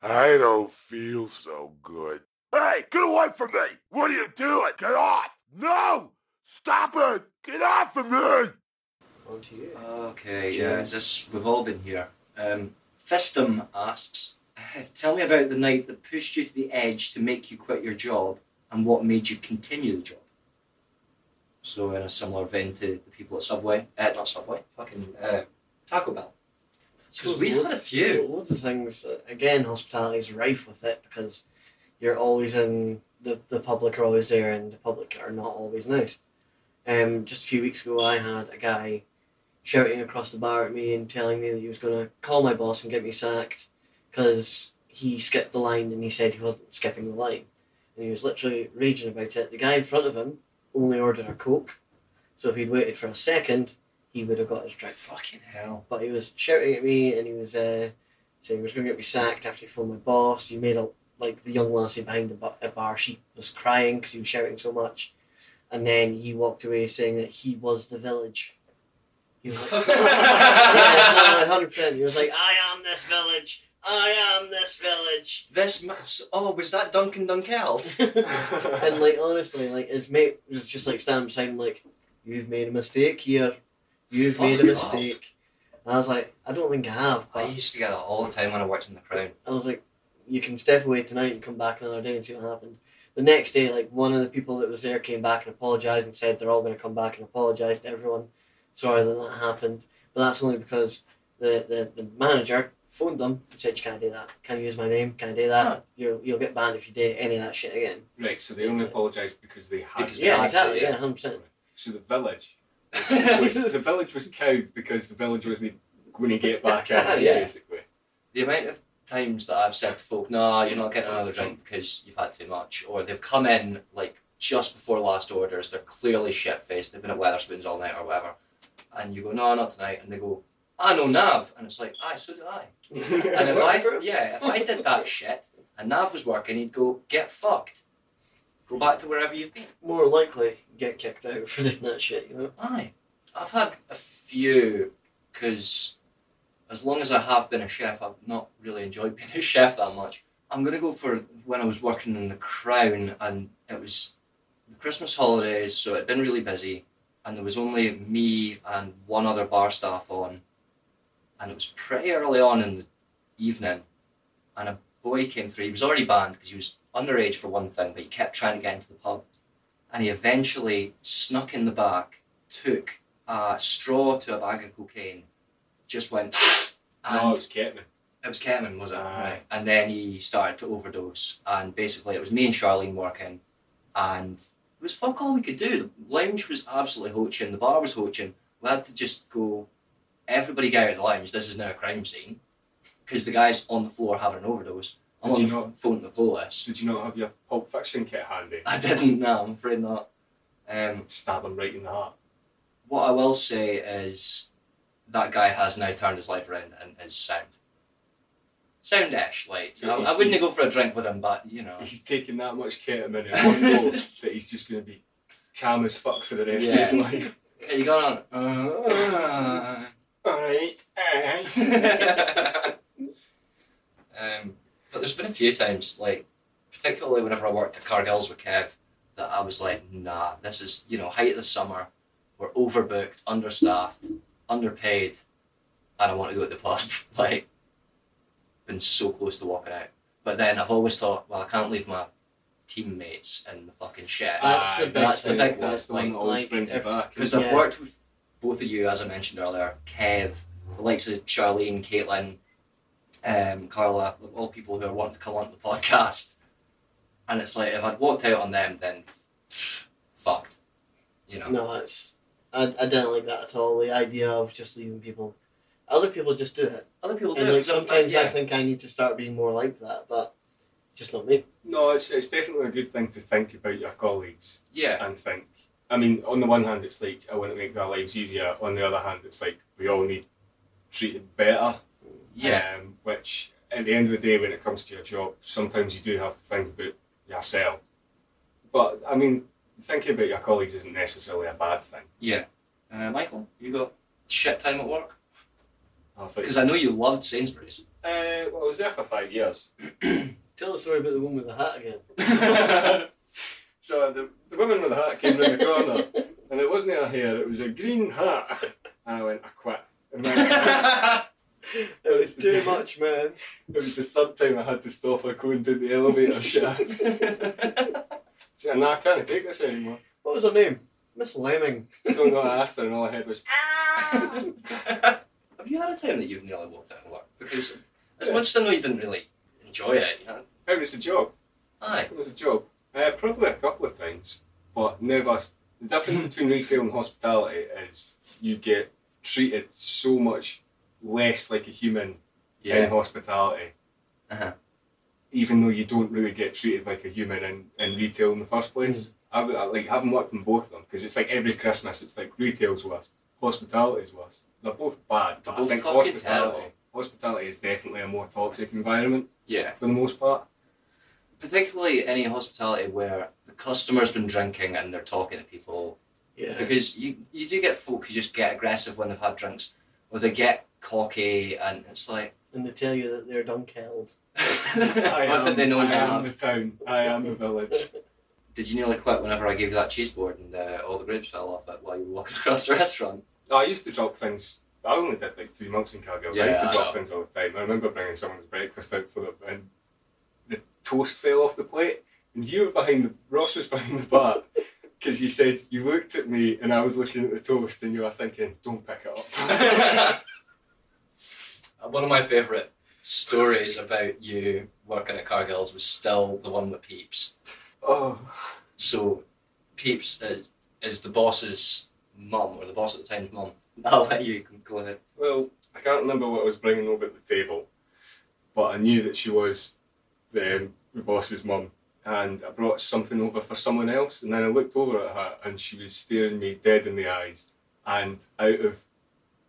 I don't feel so good. Hey, get away from me! What are you doing? Get off! No! Stop it! Get off of me!
On to you.
Okay, yeah, this, we've all been here. Um, Fistum asks, Tell me about the night that pushed you to the edge to make you quit your job and what made you continue the job. So, in a similar vein to the people at Subway, uh, not Subway, fucking uh, Taco Bell. Because we've had a few.
Loads of things. that- Again, hospitality's rife with it because you're always in the the public are always there, and the public are not always nice. Um, just a few weeks ago, I had a guy shouting across the bar at me and telling me that he was going to call my boss and get me sacked because he skipped the line and he said he wasn't skipping the line, and he was literally raging about it. The guy in front of him only ordered a coke, so if he'd waited for a second, he would have got his drink
Fucking hell.
but he was shouting at me and he was uh, saying he was going to get me sacked after he phoned my boss. He made a like the young lassie behind the bu- a bar. She was crying because he was shouting so much, and then he walked away saying that he was the village. He was like, yeah, hundred percent. He was like, I am this village. I am this village.
This mass. Oh, was that Duncan Dunkeld?
and like honestly, like his mate was just like standing beside him, like, "You've made a mistake here. You've
Fuck
made a
up.
mistake." And I was like, "I don't think I have."
I
But
used to get that all the time when I worked in the Crown.
I was like, you can step away tonight and come back another day and see what happened. The next day, like one of the people that was there came back and apologized and said they're all going to come back and apologize to everyone. Sorry that that happened, but that's only because the, the, the manager phoned them and said you can't do that. Can you use my name? Can't do that.
Huh.
You'll you'll get banned if you do any of that shit again.
Right, so they only apologised because they had.
Because
to.
they had
Yeah,
to,
exactly.
yeah.
Yeah, hundred percent.
So the village, was, was- the village was cowed because the village wasn't going to get back at
Yeah.
yeah. basically.
The amount of times that I've said to folk, nah, you're not getting another drink because you've had too much, or they've come in like just before last orders, they're clearly shit faced, they've been at Weatherspoons all night or whatever, and you go, no, not tonight, and they go, I know Nav, and it's like, aye, so do I. And if I, yeah, if I did that shit and Nav was working, he'd go, get fucked. Go back to wherever you've been.
More likely get kicked out for doing that shit, you know?
Aye. I've had a few, because as long as I have been a chef, I've not really enjoyed being a chef that much. I'm going to go for when I was working in The Crown, and it was the Christmas holidays, so it'd been really busy, and there was only me and one other bar staff on, and it was pretty early on in the evening, and a boy came through. He was already banned because he was underage for one thing, but he kept trying to get into the pub, and he eventually snuck in the back, took a straw to a bag of cocaine, just went. And
no, it was Ketman.
It was Ketman, was it? Right. And then he started to overdose, and basically it was me and Charlene working, and it was fuck all we could do. The lounge was absolutely hoaching, the bar was hoaching. We had to just go. Everybody get out of the lounge. This is now a crime scene because the guy's on the floor having an overdose. I'm
Did
on
you
the
not-
f- phone to the police.
Did you not have your Pulp Fiction kit handy?
I didn't. No, I'm afraid not. Um,
Stab him right in the heart.
What I will say is that guy has now turned his life around and is sound. Soundish, like so I, I wouldn't go for a drink with him, but you know.
He's taking that much ketamine in one go that he's just going to be calm as fuck for the rest of his
Yeah.
life.
Are you going on?
Uh, Alright, eh?
Um, but there's been a few times, like particularly whenever I worked at Cargill's with Kev, that I was like, nah, this is you know height of the summer, we're overbooked, understaffed, underpaid, and I want to go to the pub. like, been so close to walking out. But then I've always thought, well, I can't leave my teammates in the fucking shit.
That's the big
Ah, that's the
thing.
big one.
That's the one that always brings you back,
Because
isn't
I've
it?
worked with both of you, as I mentioned earlier, Kev, the likes of Charlene, Caitlin, um, Carla, all people who are wanting to come onto the podcast. And it's like, if I'd walked out on them, then f- fucked. You know?
No, that's. I, I don't like that at all. The idea of just leaving people. Other people just do it.
Other people
and
do it,
Like,
so, like,
sometimes I
yeah.
think I need to start being more like that, but just not me.
No, it's, it's definitely a good thing to think about your colleagues.
Yeah.
And think. I mean, on the one hand, it's like, I want to make their lives easier. On the other hand, it's like, we all need treated better.
Yeah.
Um, which, at the end of the day, when it comes to your job, sometimes you do have to think about yourself. But, I mean, thinking about your colleagues isn't necessarily a bad thing.
Yeah. Uh, Michael, you got shit time at work?
I think-
Because I know you loved Sainsbury's.
Uh, well, I was there for five years.
Tell the story about the woman with the hat again.
So the, the woman with the hat came round the corner, and it wasn't her hair, it was a green hat. And I went, I quit. And then- it was
Too much, man.
It was the third time I had to stop her going to the elevator shaft. so, nah, I can't take this anymore.
What was her name? Miss Lemming.
I don't know, I asked her, and all I heard was,
Have you had a time that you've nearly walked out of work? Because as much as I know you didn't really enjoy it, you know?
It was a job.
Aye.
It was a job. Uh, probably a couple of times, but never. The difference between retail and hospitality is you get treated so much less like a human
Yeah.
in hospitality,
Uh-huh.
even though you don't really get treated like a human in, in retail in the first place.
Mm.
I, would- I like having worked in both of them because it's like every Christmas, it's like retail's worse, hospitality's worse. They're both bad, but
both
I think
fucking
hospitality, hospitality is definitely a more toxic environment
Yeah.
for the most part.
particularly any hospitality where the customer's been drinking and they're talking to people.
Yeah.
Because you, you do get folk who just get aggressive when they've had drinks, or they get cocky, and it's like,
And they tell you that they're dunk held.
I
I think they know
I
you
am the
have.
town. I am the village.
Did you nearly quit whenever I gave you that cheese board and uh, all the grapes fell off it while you were walking across the restaurant?
I used to drop things. I only did like three months in Cargill.
Yeah,
I used to
I
drop
know.
things all the time. I remember bringing someone's breakfast out for them, and the toast fell off the plate, and you were behind the Ross was behind the bar because you said you looked at me and I was looking at the toast, and you were thinking, "Don't pick it up."
Uh, One of my favourite stories about you working at Cargill's was still the one with Peeps.
oh,
So, Peeps is, is the boss's mum, or the boss at the time's mum. I'll let you go ahead.
well, I can't remember what I was bringing over at the table, but I knew that she was the, the boss's mum. And I brought something over for someone else, and then I looked over at her, and she was staring me dead in the eyes. And out of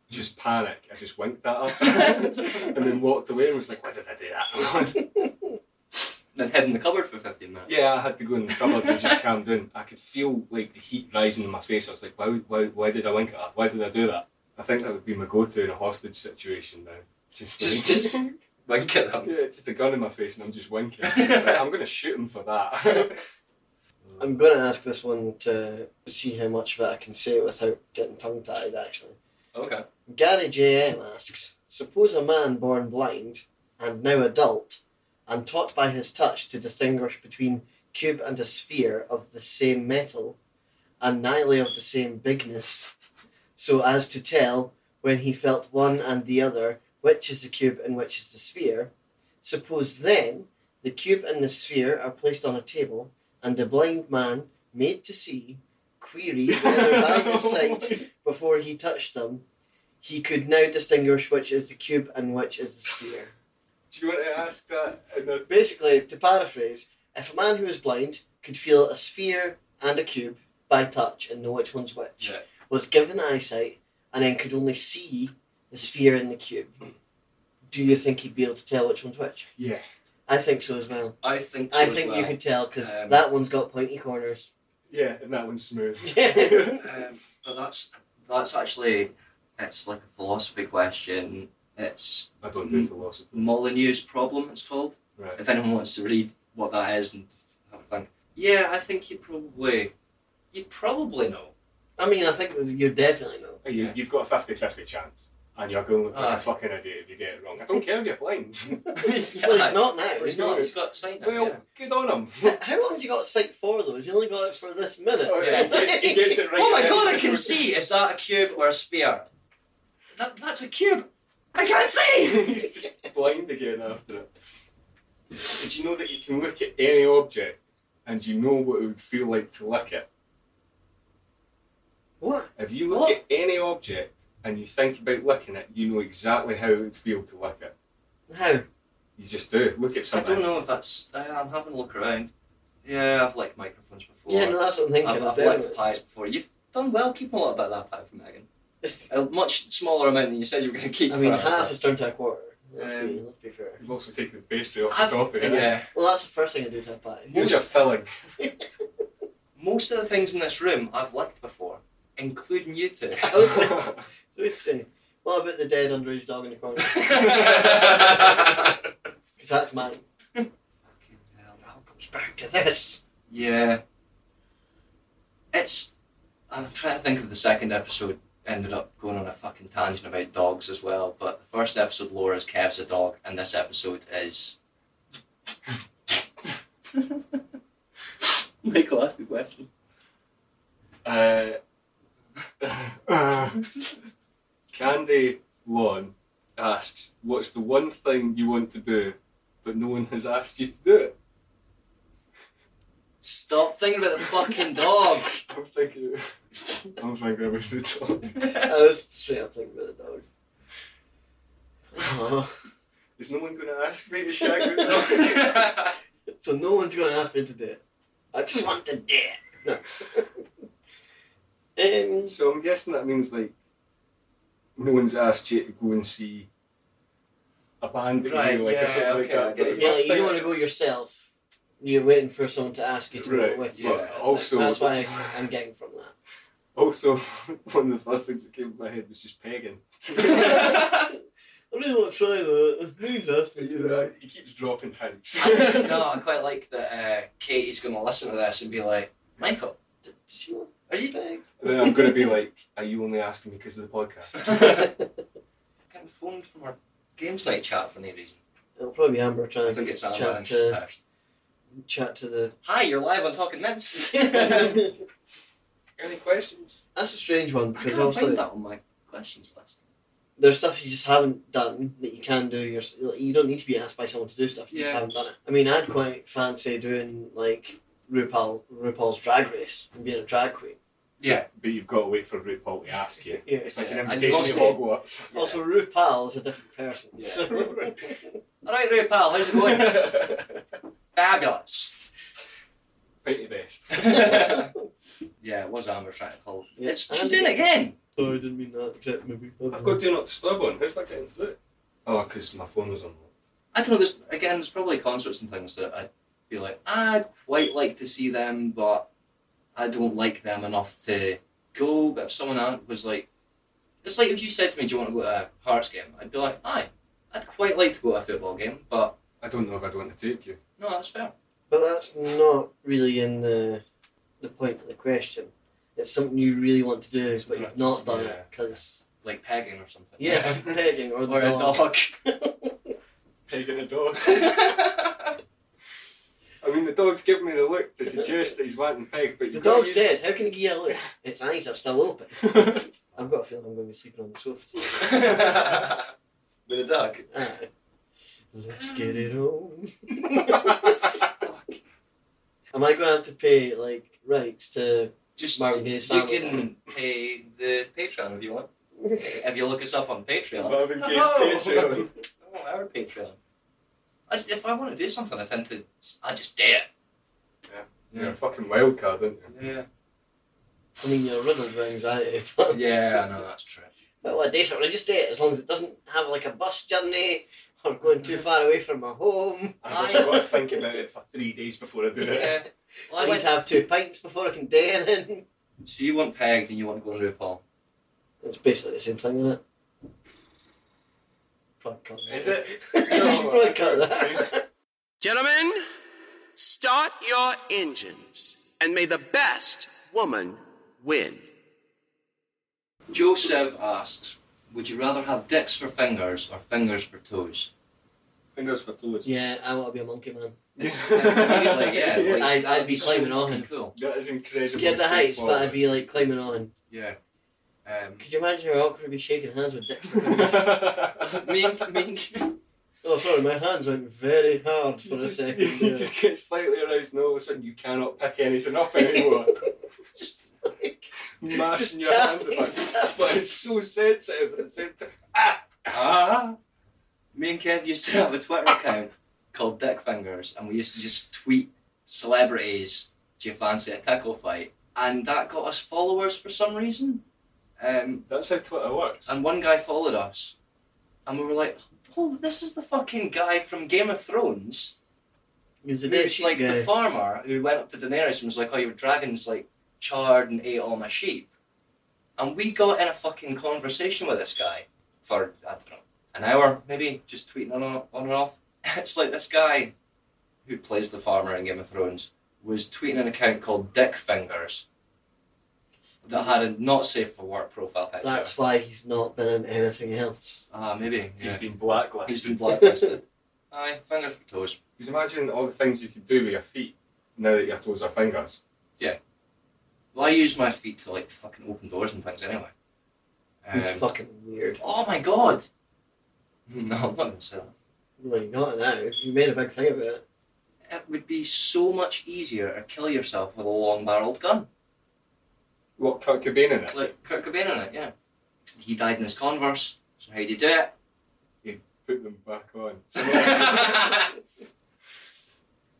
just panic, I just winked at her, and then walked away and was like, "Why did I do that?"
than hid in the cupboard for 15 minutes.
Yeah, I had to go in the cupboard and just calm down. I could feel like the heat rising in my face. I was like, why, would- why, why did I wink at that? Why did I do that? I think that would be my go-to in a hostage situation now. Just like,
Just wink at them.
Yeah, just a gun in my face and I'm just winking. It's like, I'm going to shoot him for that.
I'm going to ask this one to see how much of it I can say without getting tongue tied, actually.
okay.
Gary J.M. asks Suppose a man born blind and now adult and taught by his touch to distinguish between cube and a sphere of the same metal and nearly of the same bigness, so as to tell when he felt one and the other which is the cube and which is the sphere. Suppose then the cube and the sphere are placed on a table and the blind man, made to see, queried whether by his sight before he touched them he could now distinguish which is the cube and which is the sphere.
Do you want to ask that? In a...
Basically, to paraphrase, if a man who is blind could feel a sphere and a cube by touch and know which one's which,
Yeah.
was given eyesight and then could only see the sphere and the cube, do you think he'd be able to tell which one's which?
Yeah.
I think so as well.
I think so
I
as
think you
well.
could tell because
Um,
that one's got pointy corners.
Yeah, and that one's smooth.
um, but that's that's actually it's like a philosophy question. It's
I don't do philosophy.
Molyneux's problem. It's called.
Right.
If anyone wants to read what that is and have a think. Yeah, I think you probably you probably know.
I mean, I think you definitely know.
Hey, you, You've got a 50 50 chance, and you're going to look like
Aye.
a fucking idiot if you get it wrong. I don't care if you're blind.
Well, he's not now.
He's not. He's got sight now.
Well,
yeah.
good on him.
How long has he got sight for though? He's only got it for this minute.
Oh, yeah, he gets- he gets it right
Oh my
there.
god! I can see. Is that a cube or a sphere? That, that's a cube. I can't see.
He's just blind again after it. Did you know that you can look at any object and you know what it would feel like to lick it?
What?
If you look at any object and you think about licking it, you know exactly how it would feel to lick it.
How?
You just do. Look at
I
something.
don't know if that's. I, I'm having a look around. Yeah, I've liked microphones before.
Yeah, no, that's what I'm thinking,
I've, I've
definitely.
liked pies before. You've done well keeping a lot about that pie for Megan. a much smaller amount than you said you were going to keep.
I mean,
for her,
half
but-
is turned to a quarter. Let's,
Um,
be, let's be fair.
You've also taken the pastry off
I've-
the top of it.
yeah.
Well, that's the first thing I do to a pie.
Here's your filling.
Most of the things in this room I've liked before, including you two.
We'd say, What about the dead underage dog in the corner? Because that's mine. It all comes back to this.
yeah. It's. I'm trying to think of the second episode. Ended up going on a fucking tangent about dogs as well, but the first episode lore is Kev's a dog, and this episode is Michael, ask a question.
Uh, Candy Lawn asks, "What's the one thing you want to do, but no one has asked you to do it?"
Stop thinking about the fucking dog.
I'm thinking. I'm thinking about the dog.
I was straight up thinking about the dog. Oh.
Is no one going to ask me to shag with the dog?
so no one's going to ask me to do it. I just want to do it. No. um,
so I'm guessing that means like no one's asked you to go and see a band that
Right,
you like
yeah,
or something
okay, I
like
get
that. but
it.
the
yeah,
first
like, you don't
thing-
want to go yourself. You're waiting for someone to ask you to
Right,
go with you.
but
That's-
also-
that's why I- I'm getting from that.
Also, one of the first things that came to my head was just pegging.
I really want to try that. Name's asked me to.
Uh, he keeps dropping hints.
no, I quite like that uh, Katie's going to listen to this and be like, Michael,
Did did you want
are you
bag?
And then I'm going to be like, are you only asking me because of the podcast?
getting phoned from our games night chat for no reason?
It'll probably be Amber trying
I think it's
to
Amber
chat
and she's
to,
pashed.
chat to the.
Hi, you're live on Talking Mints. I
That's
Any questions?
a strange one because
can't
obviously
find that on my questions list.
there's stuff you just haven't done that you can do. Your, you don't need to be asked by someone to do stuff. You just
Yeah.
haven't done it. I mean, I'd quite fancy doing like RuPaul RuPaul's Drag Race and being a drag queen.
Yeah.
But you've got to wait for RuPaul to ask you.
Yeah.
It's like
Yeah.
an
And
invitation to
you've
Hogwarts.
Yeah.
Also, RuPaul is a different person.
Yeah.
So.
All right, Ray Pal, how's it going? Fabulous.
Quite the best.
Yeah, it was Amber trying to call.
Yeah.
It's, she's doing it again.
Sorry, didn't mean that. Except maybe.
I've got Do Not Disturb on. How's that getting through? Oh, because my phone was on.
I don't know. There's again, there's probably concerts and things that I be like, I'd quite like to see them, but I don't like them enough to go. But if someone else was like, it's like if you said to me, Do you want to go to a Hearts game? I'd be like, Aye, I'd quite like to go to a football game, but
I don't know if I'd want to take you.
no, that's fair.
But that's not really in the the point of the question. It's something you really want to do, but you've not done it because
like pegging or something.
yeah, pegging or the
Or a
dog.
dog.
Pegging a dog. I mean, the dog's giving me the look to suggest that he's wanting peg, but you
The dog's dead. How can you get a look? Its eyes are still open. I've got a feeling I'm going to be sleeping on the sofa.
With a dog.
Aye. Let's get it on. Am I going to have to pay like rights to
Just
Marvin Gaye's
you
family?
can pay the Patreon if you want. if you look us up on Patreon.
Marvin Gaye's
Patreon. oh, our Patreon. I just- if I want to do something, I tend to just, I just do it.
You're a fucking wild card, aren't you?
Yeah.
I mean, you're riddled with anxiety.
Yeah, I know that's true.
But what day something, I just do it as long as it doesn't have like a bus journey or going too far away from my home.
I've also got to think about it for three days before I do it.
Well, I
I need
went-
to have two pints before I can do anything.
So you want pegged and you want to go on RuPaul.
It's basically the same thing, isn't it? Probably cut that.
Is it?
You should probably cut that.
Gentlemen, start your engines and may the best woman win.
Joseph asks, would you rather have dicks for fingers or fingers for toes?
Fingers for toes.
Yeah, I want to be a monkey man.
Really, yeah, like,
I'd,
that'd
I'd be
so
climbing on
fucking
him.
Cool.
That is incredible.
Scared the heights, but I'd be like climbing on him.
Yeah. Um,
Could you imagine how awkward it'd be shaking hands with dicks?
mink, mink.
oh, sorry, my hands went very hard for a second.
You
there.
just get slightly aroused, and all of a sudden you cannot pick anything up anymore. Mashing your hands
tapping
about,
stuff.
but it's so sensitive. It's so t-
Ah! Me and Kev used to have a Twitter account called Dick Fingers, and we used to just tweet celebrities, do you fancy a tickle fight? And that got us followers for some reason. Um,
That's how Twitter works.
And one guy followed us, and we were like, oh, this is the fucking guy from Game of Thrones.
He was a
It
dead
was
sheep
like the
guy.
farmer who went up to Daenerys and was like, "Oh, your dragons like charred and ate all my sheep," and we got in a fucking conversation with this guy for I don't know an hour, maybe just tweeting on and- on and off. It's like this guy who plays the farmer in Game of Thrones was tweeting an account called Dick Fingers that had a not safe for work profile picture.
That's why he's not been in anything else.
Ah, maybe
He's
yeah.
been blacklisted.
he's been blacklisted. Aye, fingers for toes.
Because imagine all the things you could do with your feet now that your toes are fingers.
Yeah. Well, I use my feet to like fucking open doors and things anyway.
He's
Um,
fucking weird.
Oh my god! No, I'm not gonna say that.
Well, you got it now. You made a big thing about it.
It would be so much easier to kill yourself with a long barreled gun.
What Kurt Cobain in it?
Like Kurt Cobain in it, yeah. He died in his Converse, so how do you do it?
You put them back on.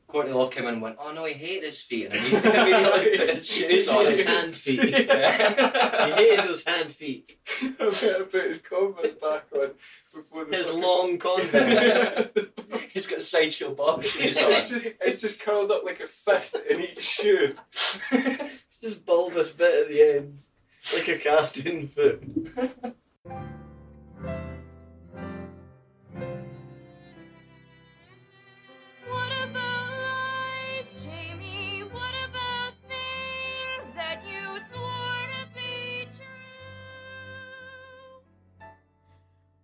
Courtney Love came in and went, Oh no, he hated his feet, and he immediately put his shoes on.
His hand feet. He
Yeah.
hated those hand feet.
I better put his converse back on before the
His
fucking-
long converse.
it's
He's got sideshow bob shoes on.
just it's just curled up like a fist in each shoe.
This bulbous bit at the end. Like a cartoon foot.
What about lies, Jamie? What about things that you swore to be true?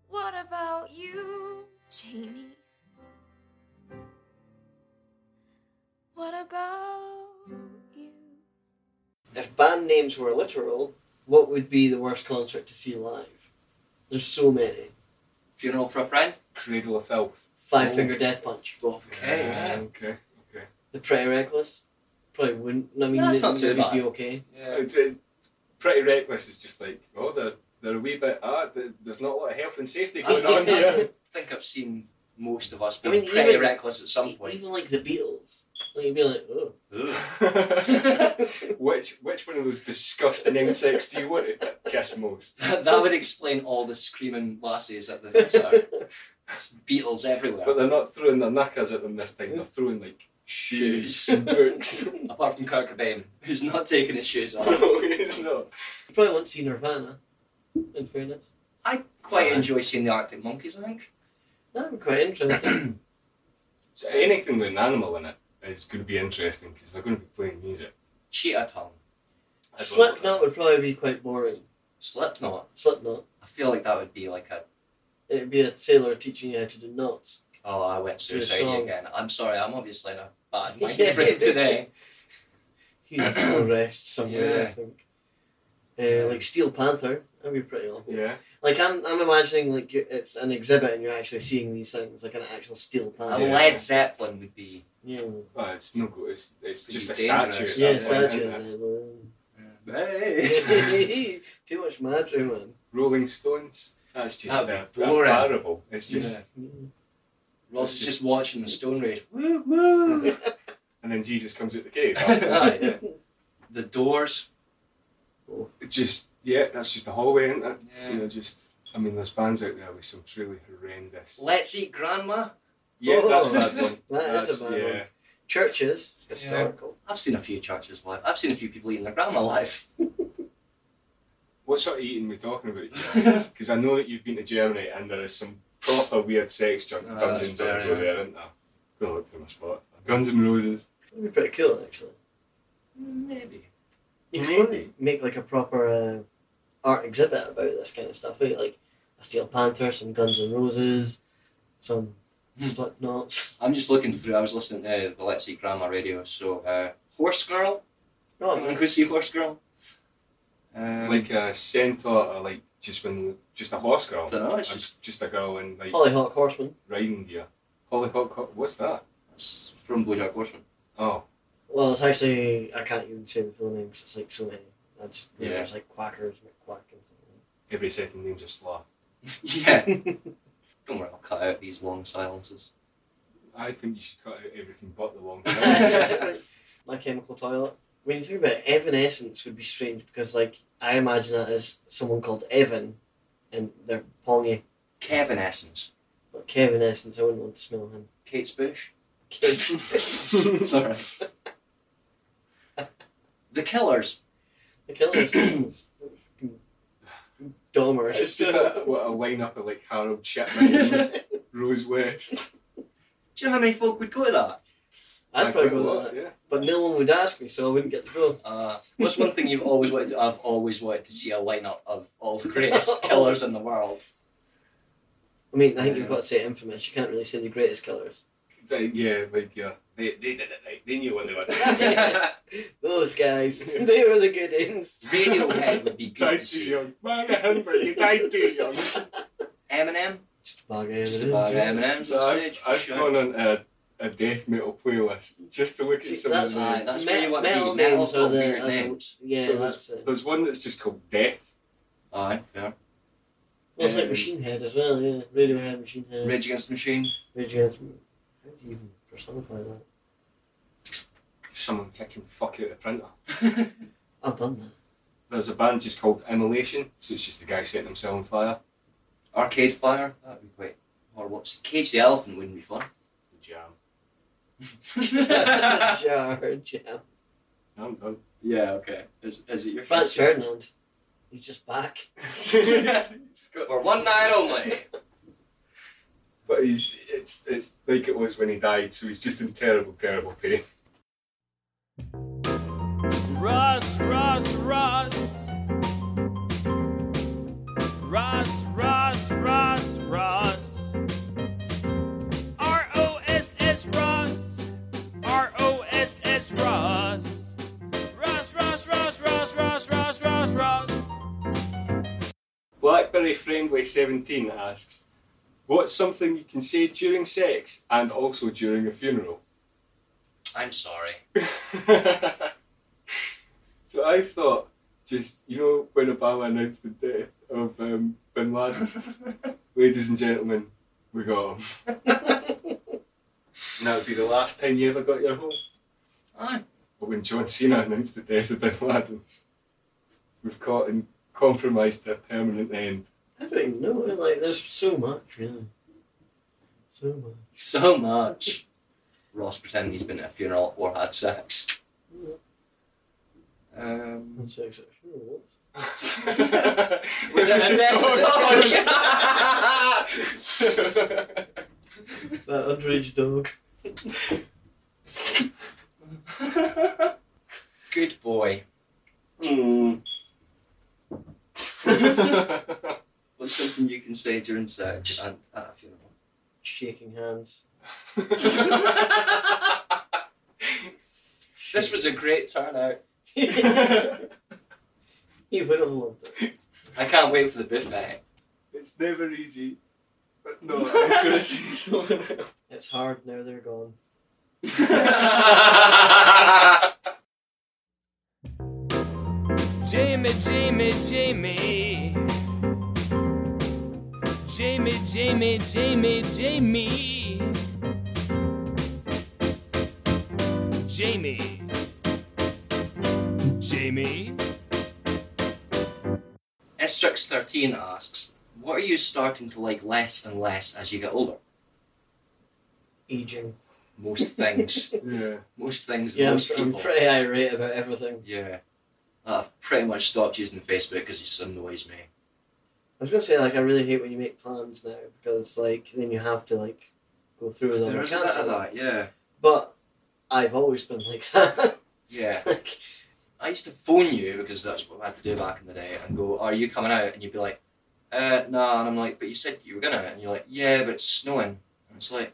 What about you, Jamie? What about you?
If band names were literal, what would be the worst concert to see live? There's so many.
Funeral for a friend?
Cradle of filth.
Five
Oh.
Finger Death Punch.
Okay. yeah.
Yeah, okay, okay.
The Pretty Reckless. Probably wouldn't. I mean,
That's
they'd-
not too
they'd
bad.
be okay.
Yeah.
It- it- Uh, pretty reckless is just like oh they're they're a wee bit ah th- there's not a lot of health and safety
I
going on here.
think I've seen most of us
I
being
mean,
pretty
even-
reckless at some point.
E-, Even like the Beatles. Like, you'd be like, oh.
which which one of those disgusting insects do you want to kiss most?
that, that would explain all the screaming lassies at the concert. Just Beatles everywhere.
But they're not throwing their knackers at them this time. They're throwing like
shoes, boots, apart from Kurt Cobain, who's not taking his shoes off.
You probably won't see Nirvana, in fairness.
I quite enjoy seeing the Arctic Monkeys, I think.
That would be quite interesting.
So anything with an animal in it is going to be interesting because they're going to be playing music.
Cheetah tongue. I don't know.
Slipknot would probably be quite boring.
Slipknot.
Slipknot.
I feel like that would be like a
It'd be a sailor teaching you how to do knots.
oh I went
Do a
suicide
song.
again. I'm sorry, I'm obviously in a bad mind
Yeah.
frame today.
He needs to rest somewhere,
Yeah.
I think. Uh, like Steel Panther, that'd be pretty awful.
Yeah.
Like I'm, I'm imagining like you it's an exhibit and you're actually seeing these things, like an actual Steel
A
Panther.
Led Zeppelin would be
Yeah.
Well, it's no good. It's, it's
Pretty
just a
dangerous.
statue. at
Yeah,
that point,
statue.
isn't it? Hey.
Hey. Too much matter, man.
Rolling Stones. That's just
That'd
that
be boring.
horrible. It's just
Ross is just watching the stone race.
Woo woo.
and then Jesus comes out the cave. Ah,
Aye. the doors.
It just yeah, that's just a hallway, isn't it?
Yeah.
You know, just I mean, there's bands out there with some truly horrendous.
Let's eat grandma.
Yeah, that's a
Oh.
bad one.
That is a
That's-
bad
yeah.
one. Churches, historical.
I've seen a few churches live. I've seen a few people eating their grandma live.
What sort of eating are we talking about? Because I know that you've been to Germany and there is some proper weird sex junk
Ah, that's
dungeons that
fair,
go
yeah.
there, isn't there? Gonna look through my spot. Guns and Roses.
That'd be pretty cool, actually.
Maybe.
You could probably make like a proper uh, art exhibit about this kind of stuff, right? Like a Steel Panther, some Guns N' Roses, some Slipknots.
I'm just looking through. I was listening to the Let's Eat Grandma radio. So, uh, Horse Girl.
Oh,
Can
man.
we see Horse Girl? Um,
like a centaur, or like just when just a horse girl.
Dunno, it's
Or
just-
just a girl in like
Hollyhock Horseman.
riding gear. Hollyhock, Ho- what's that?
That's from BoJack Horseman.
Oh,
Well, it's actually I can't even say the full name 'cause it's like so many. I just yeah.
Yeah.
there's like Quackers, McQuack, and
every second name's a slur.
yeah. Don't worry, I'll cut out these long silences.
I think you should cut out everything but the long
something. My Chemical Toilet. When you think about it, Evanescence would be strange because like I imagine that as someone called Evan, and they're pongy,
Kevin Essence.
but Kevin Essence. I wouldn't want to smell him.
Kate's Bush.
Kevin.
Sorry. the Killers.
The killers. Dumber.
It's just a, what, a lineup of like Harold Shipman, and Rose West.
Do you know how many folk would go to that?
I'd
Like,
probably
quite a
go
lot,
with that.
yeah.
But no one would ask me, so I wouldn't get to go.
Uh, what's one thing you've always wanted to, I've always wanted to see a lineup of all the greatest killers in the world.
I mean, I think you've
Yeah.
got to say infamous. You can't really say the greatest killers.
It's like, yeah, like yeah, they, they did it right. They knew what they were doing.
Those guys, they were the good ends.
Radiohead would be good to
died too
see.
young, man. Remember, you died too young.
Eminem.
Bug
Just a
Eminem.
bag of Eminems
So
on
I've,
stage.
I've
Sure.
gone on a, a death metal playlist just to look at
See,
some of
that's
the
Aye,
names.
that's
Me-
where you want to be.
metal
Metal's
names are
got
the-
weird
are the-
names.
Yeah,
So
that's it.
There's one that's just called Death.
Aye, fair.
Well, it's like
um,
Machine Head as well, yeah. Radiohead, Machine Head.
Rage Against the Machine.
Rage Against. How do you even personify that?
Someone kicking fuck out a printer.
I've done that.
There's a band just called Immolation, so it's just the guy setting himself on fire.
Arcade Fire. That'd be great. Or what's Cage the Elephant wouldn't be fun.
The Jam.
Jar, yeah.
I'm done.
yeah, okay. Is, is it your
Franz
favorite?
Ferdinand. He's just back.
For one night only.
But he's it's it's like it was when he died, so he's just in terrible, terrible pain.
Russ, Russ, Russ. Russ, Russ, Russ, Russ. R O S S Russ. R O S S Russ. Russ, Russ, Russ, Russ, Russ, Russ, Russ, Russ.
Blackberry Friendly Seventeen asks, "What's something you can say during sex and also during a funeral?"
I'm sorry.
so I thought, just you know, when Obama announced the death of um, Bin Laden, ladies and gentlemen, we got him. and that would be the last time you ever got your home.
Aye.
But when John Cena announced the death of Bin Laden, we've caught and compromised to a permanent end.
I don't even know. Like, there's so much, really. So much.
So much. Ross pretending he's been at a funeral or had sex. Um,
sex
Was it a
dog? that underage dog.
Good boy.
Hmm.
What's something you can say during sex and at a funeral?
Shaking hands.
This was a great turnout.
You would have loved it.
I can't wait for the buffet.
It's never easy. But no, I was gonna see someone else.
It's hard now they're gone.
Jamie, Jamie, Jamie. Jamie, Jamie, Jamie, Jamie. Jamie. Jamie.
Estrix13 asks, What are you starting to like less and less as you get older?
Aging.
Most things.
yeah.
Most things,
Yeah,
most
I'm, I'm
people.
pretty irate about everything.
Yeah. I've pretty much stopped using Facebook because it just annoys me.
I was gonna say like I really hate when you make plans now because like then you have to like go through with them
There
and
is a bit
cancel
of
them.
that, yeah.
But I've always been like that.
Yeah.
like,
I used to phone you because that's what I had to do back in the day and go, Are you coming out? And you'd be like, Uh, nah. And I'm like, But you said you were gonna. And you're like, Yeah, but it's snowing. And it's like,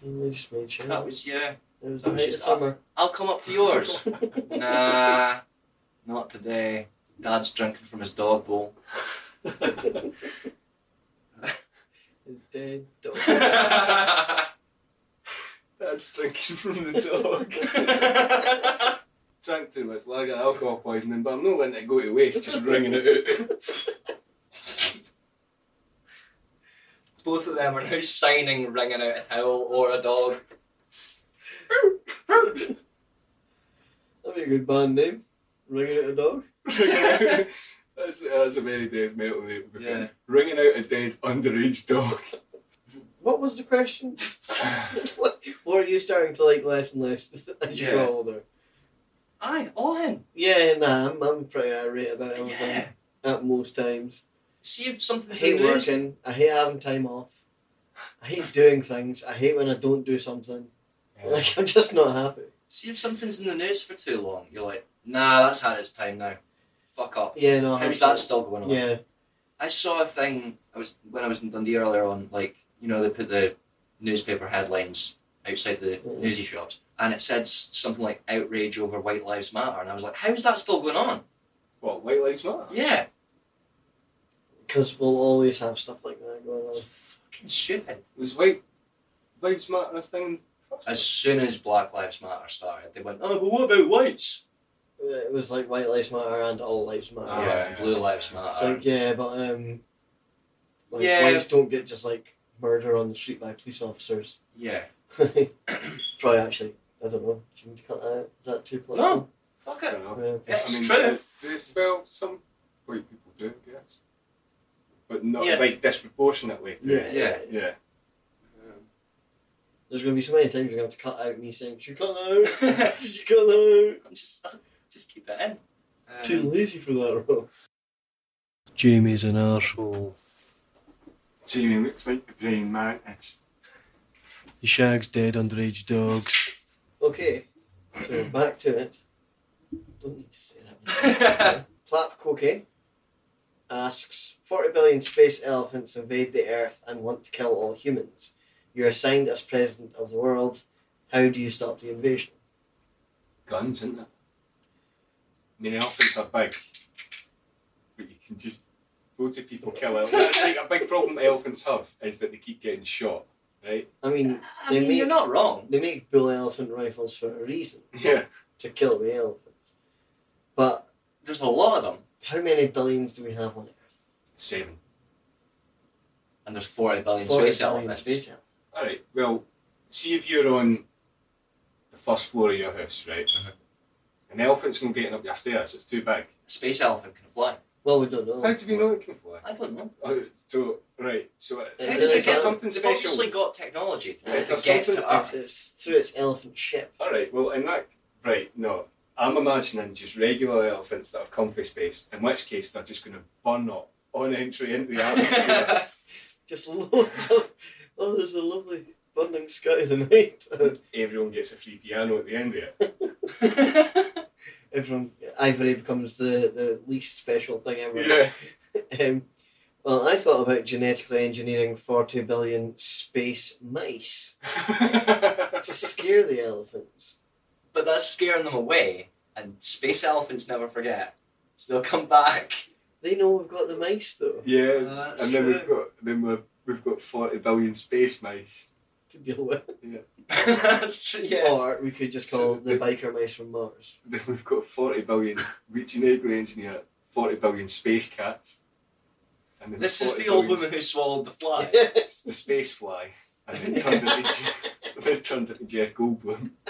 we just made sure.
That was, yeah.
It was
that
the
was
height of
just-
summer.
I'll come up to yours. nah, not today. Dad's drinking from his dog bowl.
It's dead dog.
Dad's drinking from the dog. Drank too much, like an alcohol poisoning, but I'm not letting it go to waste, just wringing it out.
Both of them are now signing, wringing out a towel or a dog.
That'd be a good band name. Ringing out a dog.
that's, that's a very dead metal name. Yeah. Ringing out a dead underage dog.
What was the question? what are you starting to like less and less as you
Yeah.
grow older?
Aye, all in.
Yeah, nah, I'm, I'm pretty irate about everything at most times.
See if
I
something's in
hate
the news.
working. I hate having time off. I hate doing things. I hate when I don't do something. Like I'm just not happy.
See if something's in the news for too long. You're like, nah, that's had its time now. Fuck up.
Yeah, no. I
How's
hate
that
it.
still going on?
Yeah.
I saw a thing. I was when I was in Dundee earlier on. Like you know, they put the newspaper headlines outside the newsy shops, and it said s- something like "outrage over White Lives Matter," and I was like, "How is that still going on?"
What, White Lives Matter?
Yeah,
Because we'll always have stuff like that going on.
fucking stupid.
Was White Lives Matter a thing?
As soon as Black Lives Matter started, they went, "Oh, but what about whites?"
It was like white lives matter and all lives matter.
Yeah, Blue Lives Matter.
It's like yeah, but um, like
Yeah.
whites don't get just like murder on the street by police officers.
yeah,
Try actually, I don't know. Can you cut that? out? Is that too political?
no, fuck
I
it.
don't
Yeah.
know.
It's
I mean,
true.
There's, well, some white people do, I guess. But not
Yeah.
like disproportionately. do.
Yeah. Yeah.
Yeah.
There's gonna be so many times you're gonna have to cut out me saying, "Should cut that out? Should cut that out?"
Just, just keep it in. Um,
Too lazy for that role. Jamie's an arsehole.
Jamie looks like the brain man. It's
He shags dead underage dogs. Okay, so back to it. Don't need to say that. Plap Coke asks 40 billion space elephants invade the Earth and want to kill all humans. You're assigned as president of the world. How do you stop the invasion?
Guns, isn't it? I mean, elephants are big. But you can just. Loads of people kill elephants. That's like a big problem elephants have is that they keep getting shot, right?
I mean,
I
they
mean,
make,
you're not wrong.
They make bull elephant rifles for a reason.
Yeah.
To kill the elephants. But
There's a lot of them,
how many billions do we have on Earth?
Seven.
and there's 40 billion
40
space
billion
elephants.
space elephants.
Alright, well, see if you're on the first floor of your house, right? An elephant's not getting up your stairs, it's too big.
A space elephant can fly.
Well, we don't know.
How do we know it can fly?
I don't know.
Oh, so right, so it-
How
it's,
did they
got
get-
something
it's
special.
obviously got technology to,
Is there
to get
something-
to Earth.
It's through its elephant ship.
All right, well, in that, right, no, I'm imagining just regular elephants that have come from space. In which case, they're just going to burn up on entry into the atmosphere.
Just loads of. Oh, there's a lovely burning sky tonight.
Everyone gets a free piano at the end of it.
Everyone, ivory becomes the, the least special thing ever.
Yeah.
um, well, I thought about genetically engineering 40 billion space mice to scare the elephants.
But that's scaring them away, and space elephants never forget. So they'll come back.
They know we've got the mice though.
Yeah,
that's
and then
true.
we've got then we've we've got forty billion space mice.
To deal with.
Yeah.
That's true, yeah.
Or we could just call the biker mice from Mars.
Then we've got forty billion. We genetically engineer forty billion space cats. And then
This is
40
the old
billion
woman who swallowed the fly.
It's the space fly, and then turned into Je- then turned into Jeff Goldblum.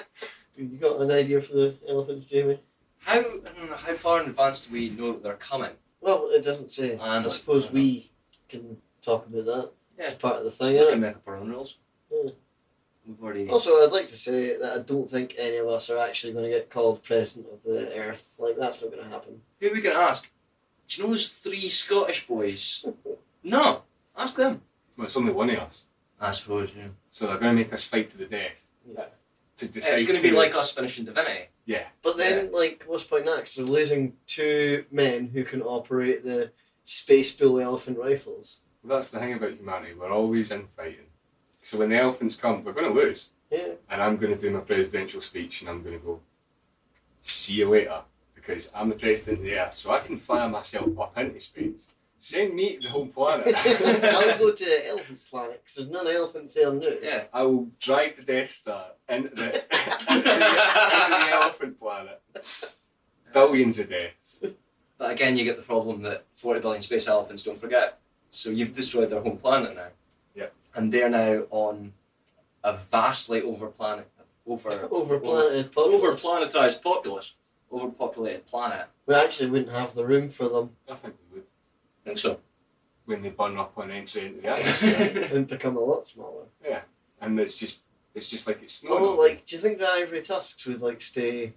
You got an idea for the elephants, Jamie?
How I don't know, how far in advance do we know that they're coming?
Well, it doesn't say.
I
I,
know,
suppose
I know.
we can talk about that.
Yeah.
It's part of the thing,
We
isn't
can
it?
make up our own rules. We've already.
Also, I'd like to say that I don't think any of us are actually going to get called president of the Earth. Like, that's not going to happen.
Who are we going to ask? Do you know those three Scottish boys? No, ask them.
Well, it's only one of us.
I suppose, yeah.
So they're going to make us fight to the death to decide.
it's going to be
who
like
is-
us finishing Divinity.
Yeah.
But then, like, what's the point next? They're losing two men who can operate the space bull elephant rifles.
Well, that's the thing about humanity. We're always in fighting. So when the elephants come, we're going to lose.
Yeah.
And I'm going to do my presidential speech and I'm going to go, see you later. Because I'm the president of the earth. So I can fire myself up into space. Send me to the whole planet.
I'll go to Elephant Planet because there's none of elephants there now.
Yeah.
I will drive the Death Star into the, into the, into the elephant planet. Billions of deaths.
But again, you get the problem that 40 billion space elephants don't forget. So you've destroyed their home planet now.
Yep.
And they're now on a vastly over planet, over
Overplaneted
over
populace.
planetized populace, overpopulated planet.
We actually wouldn't have the room for them
I think we would.
think so.
When they burn up on entry into the atmosphere.
and become a lot smaller.
yeah. And it's just, it's just like it's snowing.
Oh,
all day.
like, do you think the ivory tusks would like stay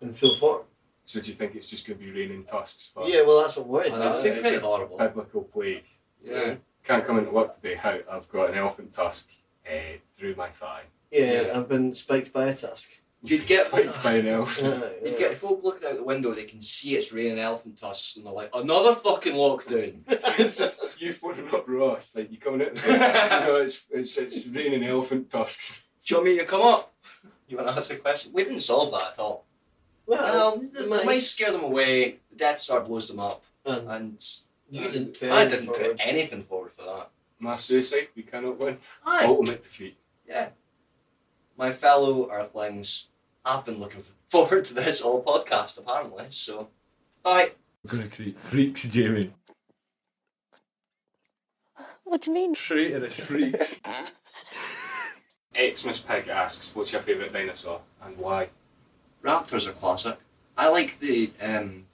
in full form?
So do you think it's just going to be raining tusks? For
Yeah, well, that's what worried
Oh,
me.
that's
It's
incredible.
a
horrible.
Biblical plague.
Yeah.
Can't come into work today. How I've got an elephant tusk eh, through my thigh.
Yeah, I've been spiked by a tusk.
You'd get
Spiked by an elephant.
Uh,
You'd get folk looking out the window, they can see it's raining elephant tusks, and they're like, another fucking lockdown.
it's just you phoning up Ross, like you coming out. The you know, it's, it's it's raining elephant tusks.
Do you want me to come up? You want to ask a question? We didn't solve that at all.
Well,
Well, Um, the,
the
the mice
mice-
scare them away, the Death Star blows them up,
And
and
you didn't. put
Uh, I
anything
didn't put
forward.
anything forward for that.
Mass suicide. We cannot win.
Aye.
Ultimate defeat.
Yeah. My fellow Earthlings, I've been looking forward to this all podcast, apparently, so bye.
We're gonna create freaks, Jamie.
What do you mean?
Traitorous freaks. Xmas Pig asks, "What's your favourite dinosaur and why?"
Raptors are classic. I like the um,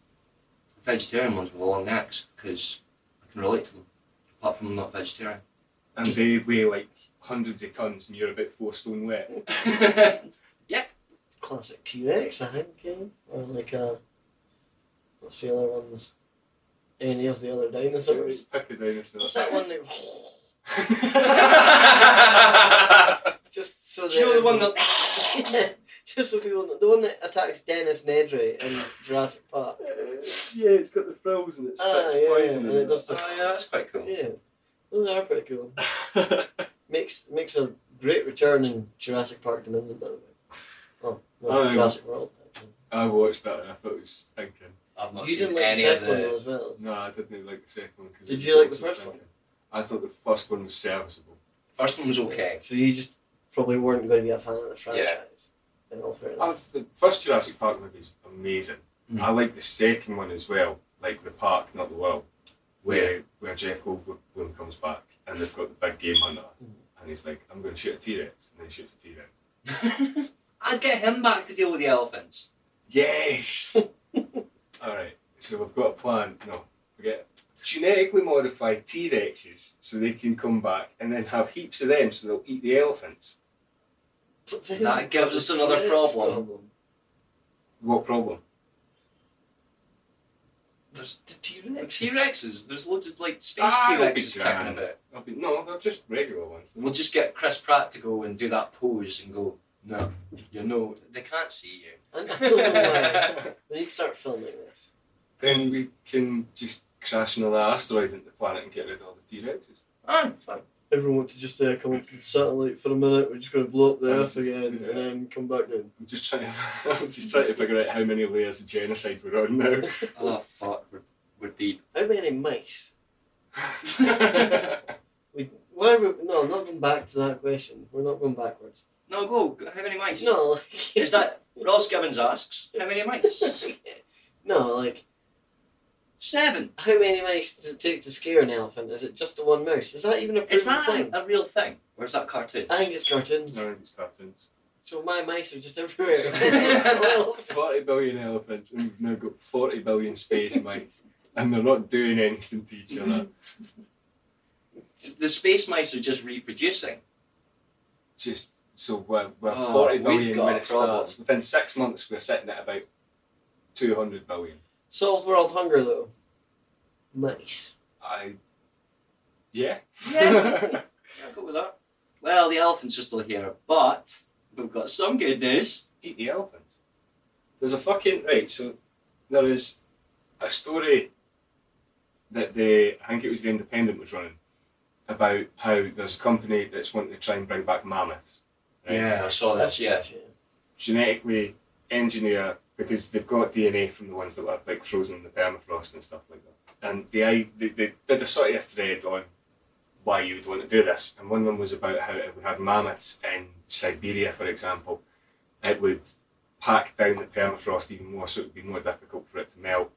vegetarian ones with the long necks because I can relate to them, apart from I'm not vegetarian.
And they weigh like hundreds of tons, and you're about four stone wet.
Classic T Rex, I think, yeah. Or like a. What's the other ones? Any of the other dinosaurs?
Pick a dinosaur.
What's that one that. Just so that.
Do you know the one
that. Just so people know. The one that attacks Dennis Nedry in Jurassic Park.
Yeah, it's got the frills and it
Ah,
spits
yeah,
poison.
and
in
it does the.
Oh, yeah, that's quite cool.
Yeah. Those are pretty cool.
it.
Makes makes a great return in Jurassic Park Dominion, by the way. Oh, no,
Oh, yeah.
Jurassic World. actually.
I watched that and I thought it was stinking.
I've not
You
seen
didn't like
any
the
of
second one
the.
though as well.
No, I didn't like the second one because
Did you like the first one?
I thought the first one was serviceable.
First one was okay.
So you just probably weren't going to be a fan of the franchise.
Yeah.
In all fairness.
That's the first Jurassic Park movie is amazing. I like the second one as well, like the park, not the world, where where Jeff Goldblum comes back and they've got the big game hunter and he's like, "I'm going to shoot a T Rex," and then he shoots a T Rex.
I'd get him back to deal with the elephants.
Yes. All right. So we've got a plan. No, forget it. Genetically modified T Rexes so they can come back and then have heaps of them so they'll eat the elephants.
That gives us another problem.
What problem?
There's the T Rex. T Rexes. There's loads of like space
Ah,
T
they'll be
Rexes kicking
grand.
about.
They'll be- no, they're just regular ones.
We'll just get Chris Pratt to go and do that pose and go, no, you know, they can't see you.
we need to start filming this.
Then we can just crash another asteroid into the planet and get rid of all the T Rexes.
Ah, fine.
Everyone to just uh, come into the satellite for a minute. We're just going to blow up the
I'm
Earth
just-
again
yeah.
and then come back down.
I'm just trying. To, I'm just trying to figure out how many layers of genocide we're on now.
oh fuck, we're, we're deep.
How many mice? we, why are we, no, I'm not going back to that question. We're not going backwards.
No, go. How many mice?
No, like,
Is that Ross Gibbons asks? How many mice?
no, like
seven.
How many mice does it take to scare an elephant? Is it just the one mouse? Is that even a
Is that
proven thing?
a real thing? Or is that cartoon?
I think it's cartoons.
No, it's cartoons.
So my mice are just everywhere.
Forty billion elephants, and we've now got forty billion space mice, and they're not doing anything to each other.
The space mice are just reproducing.
Just so we're, we're
Oh,
forty
we've
billion
got a
when it
problem.
starts. Within six months, we're sitting at about two hundred billion.
Solved world hunger though. Mice.
I, yeah,
Yeah. I'll go with that. Well, the elephants are still here, but we've got some good news.
eat the elephants. There's a fucking right. So there is a story that the I think it was the Independent was running about how there's a company that's wanting to try and bring back mammoths. right?
Yeah, I saw that. Yeah.
genetically engineer because they've got DNA from the ones that were like frozen in the permafrost and stuff like that. And the I they, they did a sort of thread on why you would want to do this, and one of them was about how if we had mammoths in Siberia, for example, it would pack down the permafrost even more, so it would be more difficult for it to melt.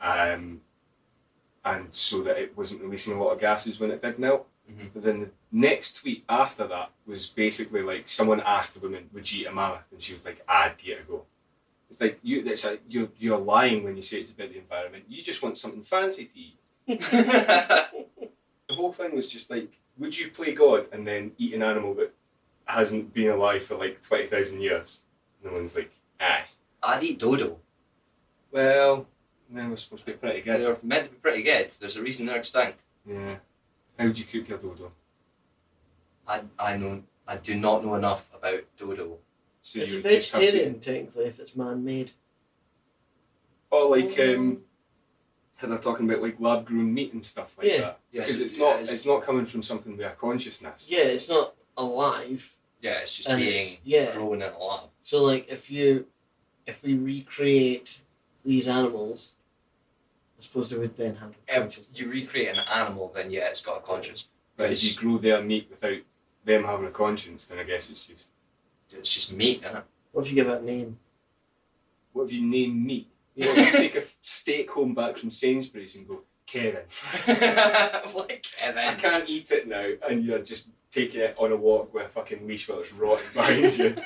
Um, and so that it wasn't releasing a lot of gases when it did melt. But then the next tweet after that was basically like someone asked the woman, "Would you eat a mammoth?" and she was like, "I'd give it a go." It's like you, it's like you're you're lying when you say it's about the environment. You just want something fancy to eat. the whole thing was just like, would you play God and then eat an animal that hasn't been alive for like twenty thousand years? And the one's like, aye.
I'd eat dodo.
Well, they were supposed to be pretty good.
They're meant to be pretty good. There's a reason they're extinct.
Yeah. How would you cook your dodo?
I, I know I do not know enough about dodo.
So
It's
you would just have to-
vegetarian technically if it's man made.
Or like um, and they're talking about like lab grown meat and stuff like
Yeah.
that.
Yes,
Because it's
yeah,
not
it's-
it's, not coming from something with a consciousness.
Yeah, it's not alive.
Yeah, it's just
And
being
it's- yeah.
grown in a lab.
So like if you if we recreate these animals, I suppose they would then have
If you recreate an animal, then yeah, it's got a conscience.
But if you grow their meat without them having a conscience, then I guess it's just
it's just meat, isn't it?
what if you give it a name?
What if you name meat? You know, if you take a steak home back from Sainsbury's and go, Kevin.
like Kevin.
I can't eat it now, and you're just taking it on a walk with a fucking leash while it's rotting behind you.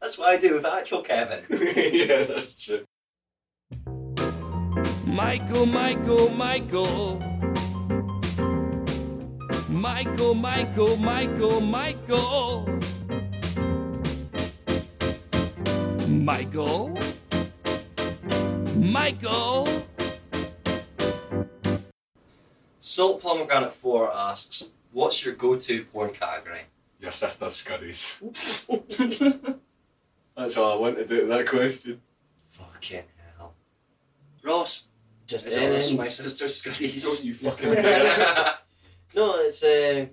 That's what I do with actual Kevin.
yeah, that's true.
Michael, Michael, Michael. Michael, Michael, Michael, Michael. Michael. Michael.
Salt Pomegranate 4 asks, What's your go to porn category?
Your sister's scuddies. That's all I want to do to that question.
Fucking hell. Ross.
Just
is it also
um,
my sister's scuddies?
Don't you fucking
care. No, it's uh,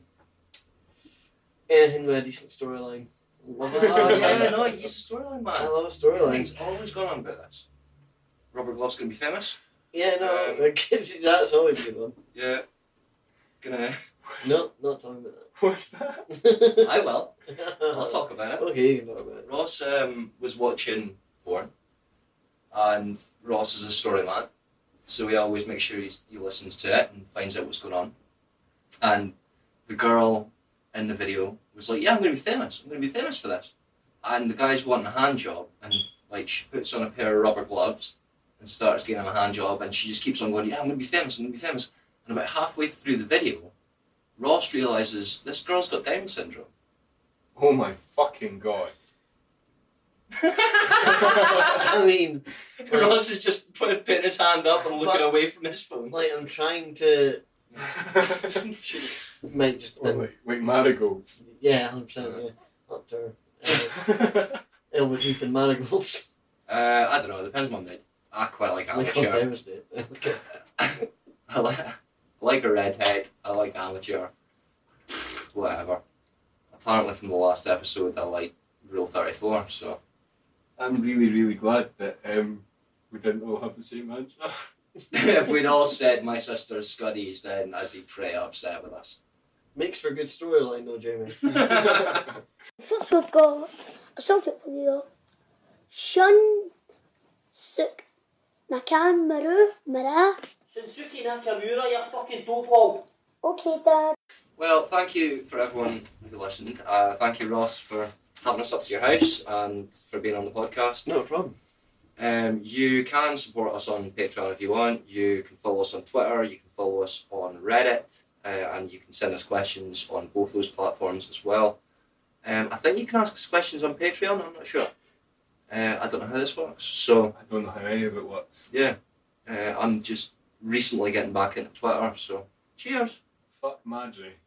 anything with a decent storyline. Love it.
oh, yeah, no, he's a storyline man.
I love a storyline.
He's always gone on about this. Robert Glove's gonna be famous.
Yeah, no,
Um,
that's always a good one.
Yeah. Gonna.
No, not talking about
What's that?
that.
I will. I'll talk about it.
Okay, you can talk about it.
Ross um, was watching porn, and Ross is a story man, so he always makes sure he's, he listens to it and finds out what's going on. And the girl in the video was like, "Yeah, I'm going to be famous. I'm going to be famous for this." And the guy's wanting a hand job, and like she puts on a pair of rubber gloves, and starts getting him a hand job, and she just keeps on going, yeah, I'm going to be famous, I'm going to be famous. And about halfway through the video, Ross realizes this girl's got Down syndrome.
Oh my fucking god.
I mean,
Ross is just putting, putting his hand up and looking
But-
away from his phone.
like I'm trying to. she might just.
Or like, like marigolds.
Yeah, hundred percent. Yeah, up to her. Uh, Elwood Heath and marigolds.
Uh, I don't know. It depends on my mood. I quite like
Michael
amateur.
Davis did.
I like, I like a redhead. I like amateur. Whatever. Apparently, from the last episode, I like Rule Thirty Four. So
I'm really, really glad that um, we didn't all have the same answer.
if we'd all said my sister's Scuddies, then I'd be pretty upset with us.
Makes for a good storyline though, Jamie.
First we've got a subject for you though. Shun Suk Nakan Maru Mara.
Shinsuke Nakamura, you fucking dopehole.
Okay, Dad.
Well, thank you for everyone who listened. Uh, thank you, Ross, for having us up to your house and for being on the podcast.
No problem.
Um, you can support us on Patreon if you want. You can follow us on Twitter. You can follow us on Reddit, uh, and you can send us questions on both those platforms as well. Um, I think you can ask us questions on Patreon. I'm not sure. Uh, I don't know how this works. So
I don't know how any of it works.
yeah, uh, I'm just recently getting back into Twitter. So cheers.
Fuck Marjorie.